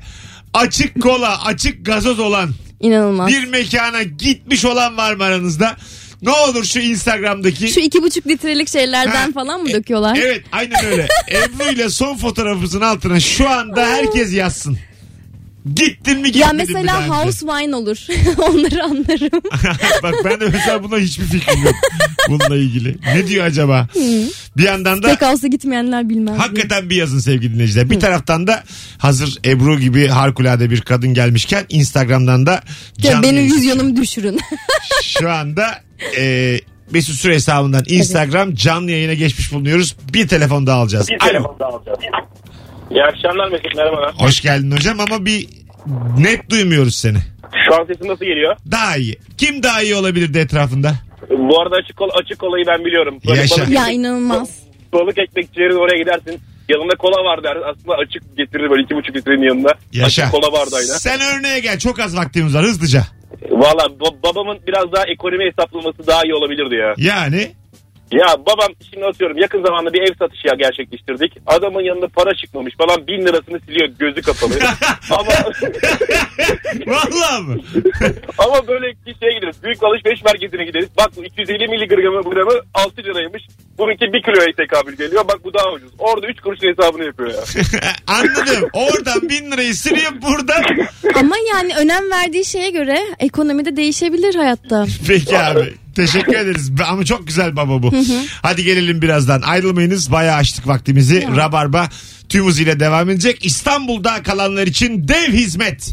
B: açık kola, açık gazoz olan
C: İnanılmaz.
B: bir mekana gitmiş olan var mı aranızda? Ne olur şu Instagram'daki
C: Şu iki buçuk litrelik şeylerden
B: Ha, e,
C: falan mı döküyorlar?
B: Evet
C: <laughs>
B: aynen öyle. Ebru ile son fotoğrafımızın altına şu anda herkes yazsın. Gittin mi gitmedin
C: Ya
B: mi daha önce?
C: mesela house wine olur. <laughs> Onları anlarım.
B: <laughs> Bak ben de mesela buna hiçbir fikrim yok. Bununla ilgili. Ne diyor acaba? Bir yandan da
C: Steakhouse'a gitmeyenler bilmez.
B: hakikaten bir yazın sevgili dinleyiciler. Bir taraftan da hazır Ebru gibi harikulade bir kadın gelmişken Instagram'dan da
C: Ya
B: canlı
C: benim
B: yayın-
C: vizyonumu düşürün.
B: <laughs>
C: <laughs>
B: Şu anda e, Mesut Süre hesabından Instagram canlı yayına geçmiş bulunuyoruz. Bir telefon daha alacağız. Alo.
Q: İyi akşamlar Mesut merhaba.
B: Hoş geldin hocam ama bir net duymuyoruz seni.
Q: Şu an sesim nasıl geliyor?
B: Daha iyi. Kim daha iyi olabilirdi etrafında?
Q: Bu arada açık, kola, açık kolayı ben biliyorum.
B: Yaşa.
Q: balık,
C: ya inanılmaz.
Q: balık ekmekçilerin oraya gidersin. Yanında kola var der. Aslında açık getirir böyle iki buçuk litrenin yanında.
B: Yaşa.
Q: Açık kola bardağıyla.
B: Sen örneğe gel. Çok az vaktimiz var hızlıca.
Q: Valla ba- babamın biraz daha ekonomi hesaplaması daha iyi olabilirdi ya.
B: Yani
Q: Ya babam şimdi atıyorum yakın zamanda bir ev satışı ya gerçekleştirdik. Adamın yanında para çıkmamış falan bin lirasını siliyor gözü kapalı. ama
B: Vallahi mı? <laughs>
Q: ama böyle bir şeye gideriz. Büyük alışveriş merkezine gideriz. Bak bu 250 miligramı gramı 6 liraymış. Bununki 1 kiloya tekabül geliyor. Bak bu daha ucuz. Orada 3 kuruşun hesabını yapıyor ya.
B: anladım. Oradan bin lirayı siliyor buradan.
C: Ama yani önem verdiği şeye göre ekonomide değişebilir hayatta.
B: <laughs> Peki abi. Teşekkür ederiz. Ama çok güzel baba bu.
C: Hı hı.
B: Hadi gelelim birazdan. Ayrılmayınız. Bayağı açtık vaktimizi. Rabarba tüm hızıyla devam edecek. İstanbul'da kalanlar için dev
C: <laughs>
B: hizmet.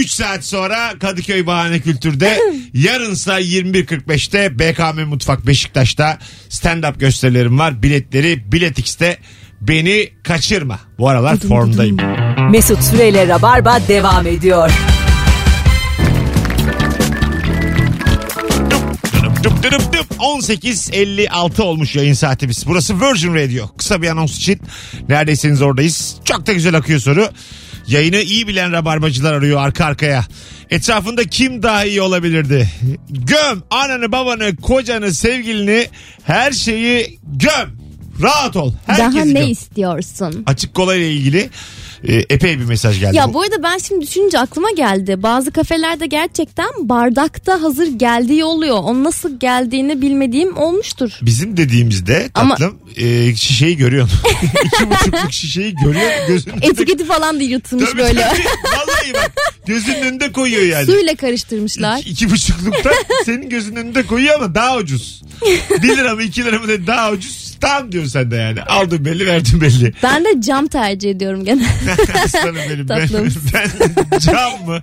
B: 3 saat sonra Kadıköy
C: <laughs>
B: Bahane Kültür'de yarınsa 21.45'te BKM Mutfak Beşiktaş'ta stand-up gösterilerim var. Biletleri Biletix'te beni kaçırma. Bu aralar formdayım.
A: Mesut Süreyle Rabarba devam ediyor.
B: Dıp dıp dıp. 18.56 olmuş yayın saatimiz. Burası Virgin Radio. Kısa bir anons için neredeyseniz oradayız. Çok da güzel akıyor soru. Yayını iyi bilen rabarbacılar arıyor arka arkaya. Etrafında kim daha iyi olabilirdi? Göm ananı babanı kocanı sevgilini her şeyi göm. Rahat ol. Herkesi
C: Daha ne
B: göm.
C: istiyorsun?
B: Açık kolayla ilgili e, epey bir mesaj geldi.
C: Ya bu arada ben şimdi düşününce aklıma geldi. Bazı kafelerde gerçekten bardakta hazır geldiği oluyor. O nasıl geldiğini bilmediğim
B: <laughs>
C: olmuştur.
B: Bizim dediğimizde
C: Ama-
B: tatlım e, şişeyi görüyorsun. <laughs> İki buçukluk şişeyi görüyorsun. Gözünün önünde-
C: Etiketi falan da yırtılmış
B: Tabii,
C: böyle.
B: tabii. Vallahi bak gözünün önünde koyuyor yani.
C: Suyla karıştırmışlar.
B: İki buçuklukta senin gözünün önünde koyuyor ama daha ucuz. Bir lira mı iki lira mı dedi daha ucuz. Tamam diyorsun sen de yani. Aldın belli verdin belli. <laughs>
C: Ben de cam tercih ediyorum genelde.
B: Aslanım benim. Ben,
C: Tatlım.
B: ben cam mı?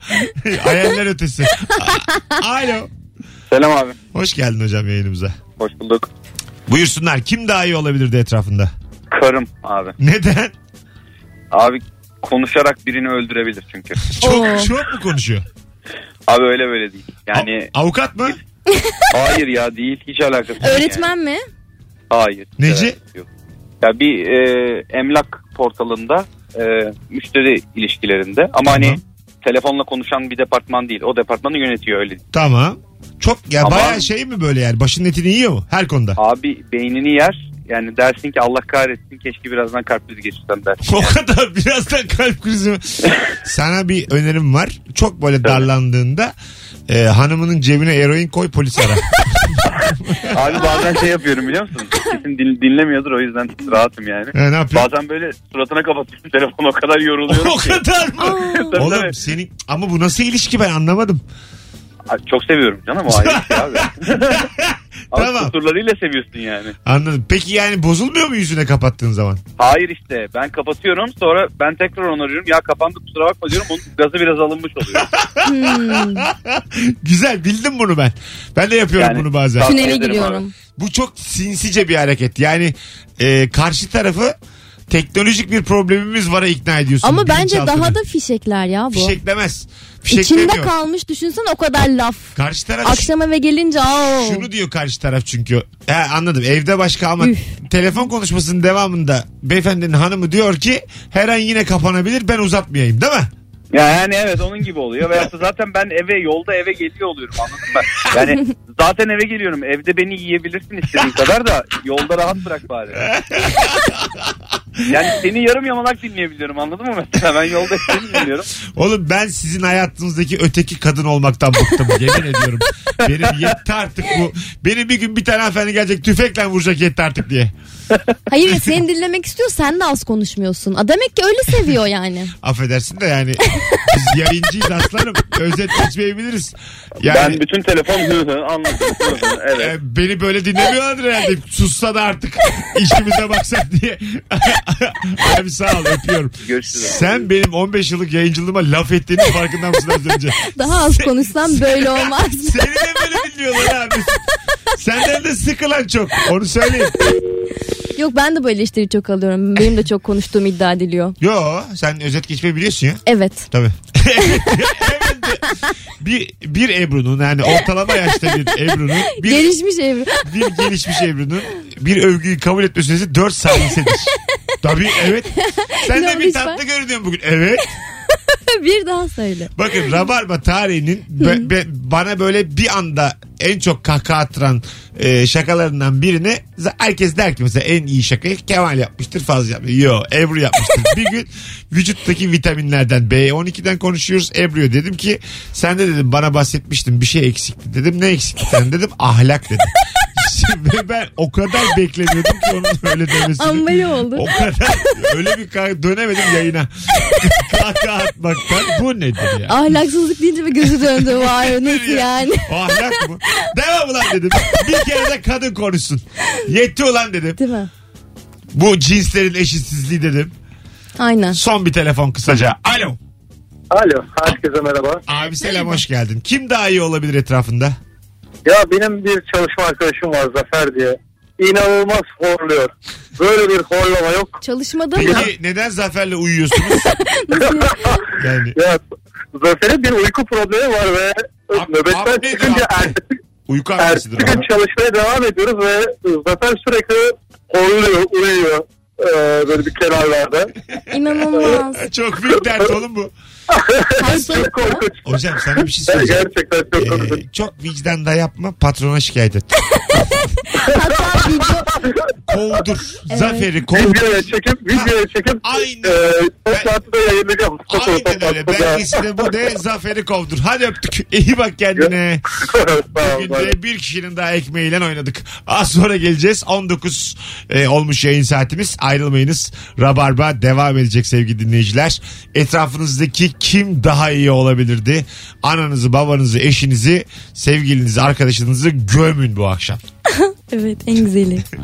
B: Hayaller ötesi. A- Alo.
R: Selam abi.
B: Hoş geldin hocam yayınımıza.
R: Hoş bulduk.
B: Buyursunlar kim daha iyi olabilirdi etrafında?
R: Karım abi.
B: Neden? <laughs>
R: Abi konuşarak birini öldürebilir çünkü.
B: Çok, çok mu konuşuyor?
R: Abi öyle böyle değil. Yani
B: Avukat mı?
R: hayır ya değil hiç alakası yok.
C: Öğretmen mi?
R: yani. Hayır.
B: Neci?
R: Evet, yok. Ya bir e, emlak portalında e, müşteri ilişkilerinde ama hani telefonla konuşan bir departman değil. O departmanı yönetiyor öyle.
B: Tamam. Çok ya
R: Ama-
B: bayağı şey mi böyle yani başının etini yiyor mu her konuda?
R: Abi beynini yer. <laughs> Yani dersin ki Allah kahretsin keşke birazdan kalp krizi geçirsem dersin.
B: O kadar <laughs> birazdan kalp krizi. mi? Sana bir önerim var. Çok böyle darlandığında e, hanımının cebine eroin koy polis ara.
R: Abi bazen şey yapıyorum biliyor musun? Kesin din- dinlemiyordur o yüzden rahatım yani.
B: E, ne yapıyorsun?
R: Bazen böyle suratına kapatıyorum telefonu o kadar yoruluyorum
S: <laughs>
B: o
R: ki.
B: kadar mı?
R: Tabii,
B: Oğlum
R: tabii.
B: senin ama bu nasıl ilişki ben anlamadım.
R: Abi Çok seviyorum canım
B: <laughs>
R: o ayrı bir şey abi. Abi kusurlarıyla seviyorsun yani.
B: Anladım. Peki yani bozulmuyor mu yüzüne kapattığın zaman?
R: Hayır işte ben kapatıyorum sonra ben tekrar onu arıyorum. Ya kapandı kusura bakma diyorum onun gazı biraz alınmış oluyor.
B: Güzel bildim bunu ben. Ben de yapıyorum
R: Yani,
B: bunu bazen.
R: tavsiye Tünele ederim giriyorum.
B: Bu çok sinsice bir hareket. Yani e, karşı tarafı teknolojik bir problemimiz vara ikna ediyorsun.
C: Ama bence
B: bilinçaltını.
C: daha da fişekler ya bu.
B: Fişeklemez. Fişeklemiyor.
C: İçinde kalmış düşünsen o kadar laf.
B: Karşı taraf
C: Akşama ve gelince aa.
B: Şunu diyor karşı taraf çünkü. He, anladım. Evde başka ama telefon konuşmasının devamında beyefendinin hanımı diyor ki her an yine kapanabilir ben uzatmayayım değil mi?
R: Ya yani evet onun gibi oluyor. Veyahut da zaten ben eve yolda eve geliyor oluyorum anladın mı? Yani zaten eve geliyorum. Evde beni yiyebilirsin istediğin kadar da yolda rahat bırak bari. Yani seni yarım yamalak dinleyebiliyorum anladın mı mesela? Ben yolda seni dinliyorum.
B: Oğlum ben sizin hayatınızdaki öteki kadın
C: <laughs>
B: olmaktan bıktım. Yemin ediyorum. Benim yetti artık bu. Benim bir gün bir tane hanımefendi gelecek tüfekle vuracak yetti artık diye.
C: Hayır
B: <laughs>
C: ya seni dinlemek istiyor sen de az konuşmuyorsun. A demek ki öyle seviyor
B: <laughs>
C: yani.
B: Affedersin de yani biz yayıncıyız aslanım. Özet geçmeyebiliriz.
P: Ben bütün
R: <laughs>
P: telefon hı hı anladım. Hı hı, evet.
B: E, Beni böyle dinlemiyorlardır herhalde. Sussa da artık işimize baksak diye. <laughs> Abi sağ ol öpüyorum. Sen benim 15 yıllık yayıncılığıma laf ettiğinin farkında mısın az önce?
C: Daha az konuşsam böyle olmaz.
B: Seni de böyle dinliyorlar abi. Senden de sıkılan çok. Onu söyleyeyim.
C: Yok ben de bu eleştiri çok alıyorum. Benim de çok konuştuğum iddia ediliyor.
B: Yo sen özet geçmeyi biliyorsun ya.
C: Evet.
B: Tabii. <laughs> Evet de. bir, bir Ebru'nun yani ortalama yaşta bir Ebru'nun bir,
C: Gelişmiş evrim.
B: bir gelişmiş Ebru'nun bir övgüyü kabul etme süresi 4 saniyedir. Tabii evet. Sen
C: Ne
B: de bir
C: olmuş
B: tatlı
C: bak?
B: görünüyorsun bugün. Evet.
C: <laughs> bir daha söyle.
B: Bakın Rabarba tarihinin be- be- bana böyle bir anda en çok kahkaha attıran e, şakalarından birini z- herkes der ki mesela en iyi şakayı Kemal yapmıştır fazla yapmıştır. Yo Ebru yapmıştır. bir gün vücuttaki vitaminlerden B12'den konuşuyoruz Ebru'ya dedim ki sen de dedim bana bahsetmiştin bir şey eksikti dedim. Ne eksikti sen dedim ahlak dedim. <laughs> Ve ben o kadar beklemiyordum ki onun öyle demesini.
C: Amma iyi oldu.
B: O kadar öyle bir kah- dönemedim yayına. <laughs> Kahkaha atmaktan bu nedir ya?
C: Ahlaksızlık deyince bir gözü
B: <laughs>
C: döndü var nasıl yani.
B: O ahlak mı? Devam ulan dedim. Bir kere de kadın konuşsun. Yetti ulan dedim.
C: Değil mi?
B: Bu cinslerin eşitsizliği dedim.
C: Aynen.
B: Son bir telefon kısaca. Alo.
S: Alo, herkese merhaba.
B: Abi selam hoş geldin. Kim daha iyi olabilir etrafında?
S: Ya benim bir çalışma arkadaşım var Zafer diye. İnanılmaz horluyor. Böyle bir horlama yok.
C: Çalışmada mı?
B: Peki neden Zafer'le uyuyorsunuz? yani.
S: Ya, Zafer'in bir uyku problemi var ve
B: Abi
S: nöbetten
B: nedir
S: çıkınca
B: abi?
S: ertesi
B: Uyku
S: ertesi
B: apnesidir.
S: gün çalışmaya devam ediyoruz ve Zafer sürekli horluyor, uyuyor. Ee, böyle bir kenarlarda.
B: <laughs>
C: İnanılmaz.
B: Çok büyük dert oğlum bu.
S: çok korkunç.
B: Hocam sana bir şey söyleyeceğim.
S: Gerçekten çok korkunç.
B: Ee, çok vicdan da yapma patrona şikayet et.
C: Hatta video
B: Kovdur.
C: Evet.
B: Zaferi kovdur.
S: Videoya çekip, videoya çekip
B: Aynen.
S: e, toplantıda yayınlayacağım.
B: Aynen öyle. Belgesi de bu de Zafer'i kovdur. Hadi öptük. İyi
S: <laughs>
B: bak kendine. Bugün de bir kişinin daha ekmeğiyle oynadık. Az sonra geleceğiz. 19 e, olmuş yayın saatimiz. Ayrılmayınız. Rabarba devam edecek sevgili dinleyiciler. Etrafınızdaki kim daha iyi olabilirdi? Ananızı, babanızı, eşinizi, sevgilinizi, arkadaşınızı gömün bu akşam.
C: evet en güzeli.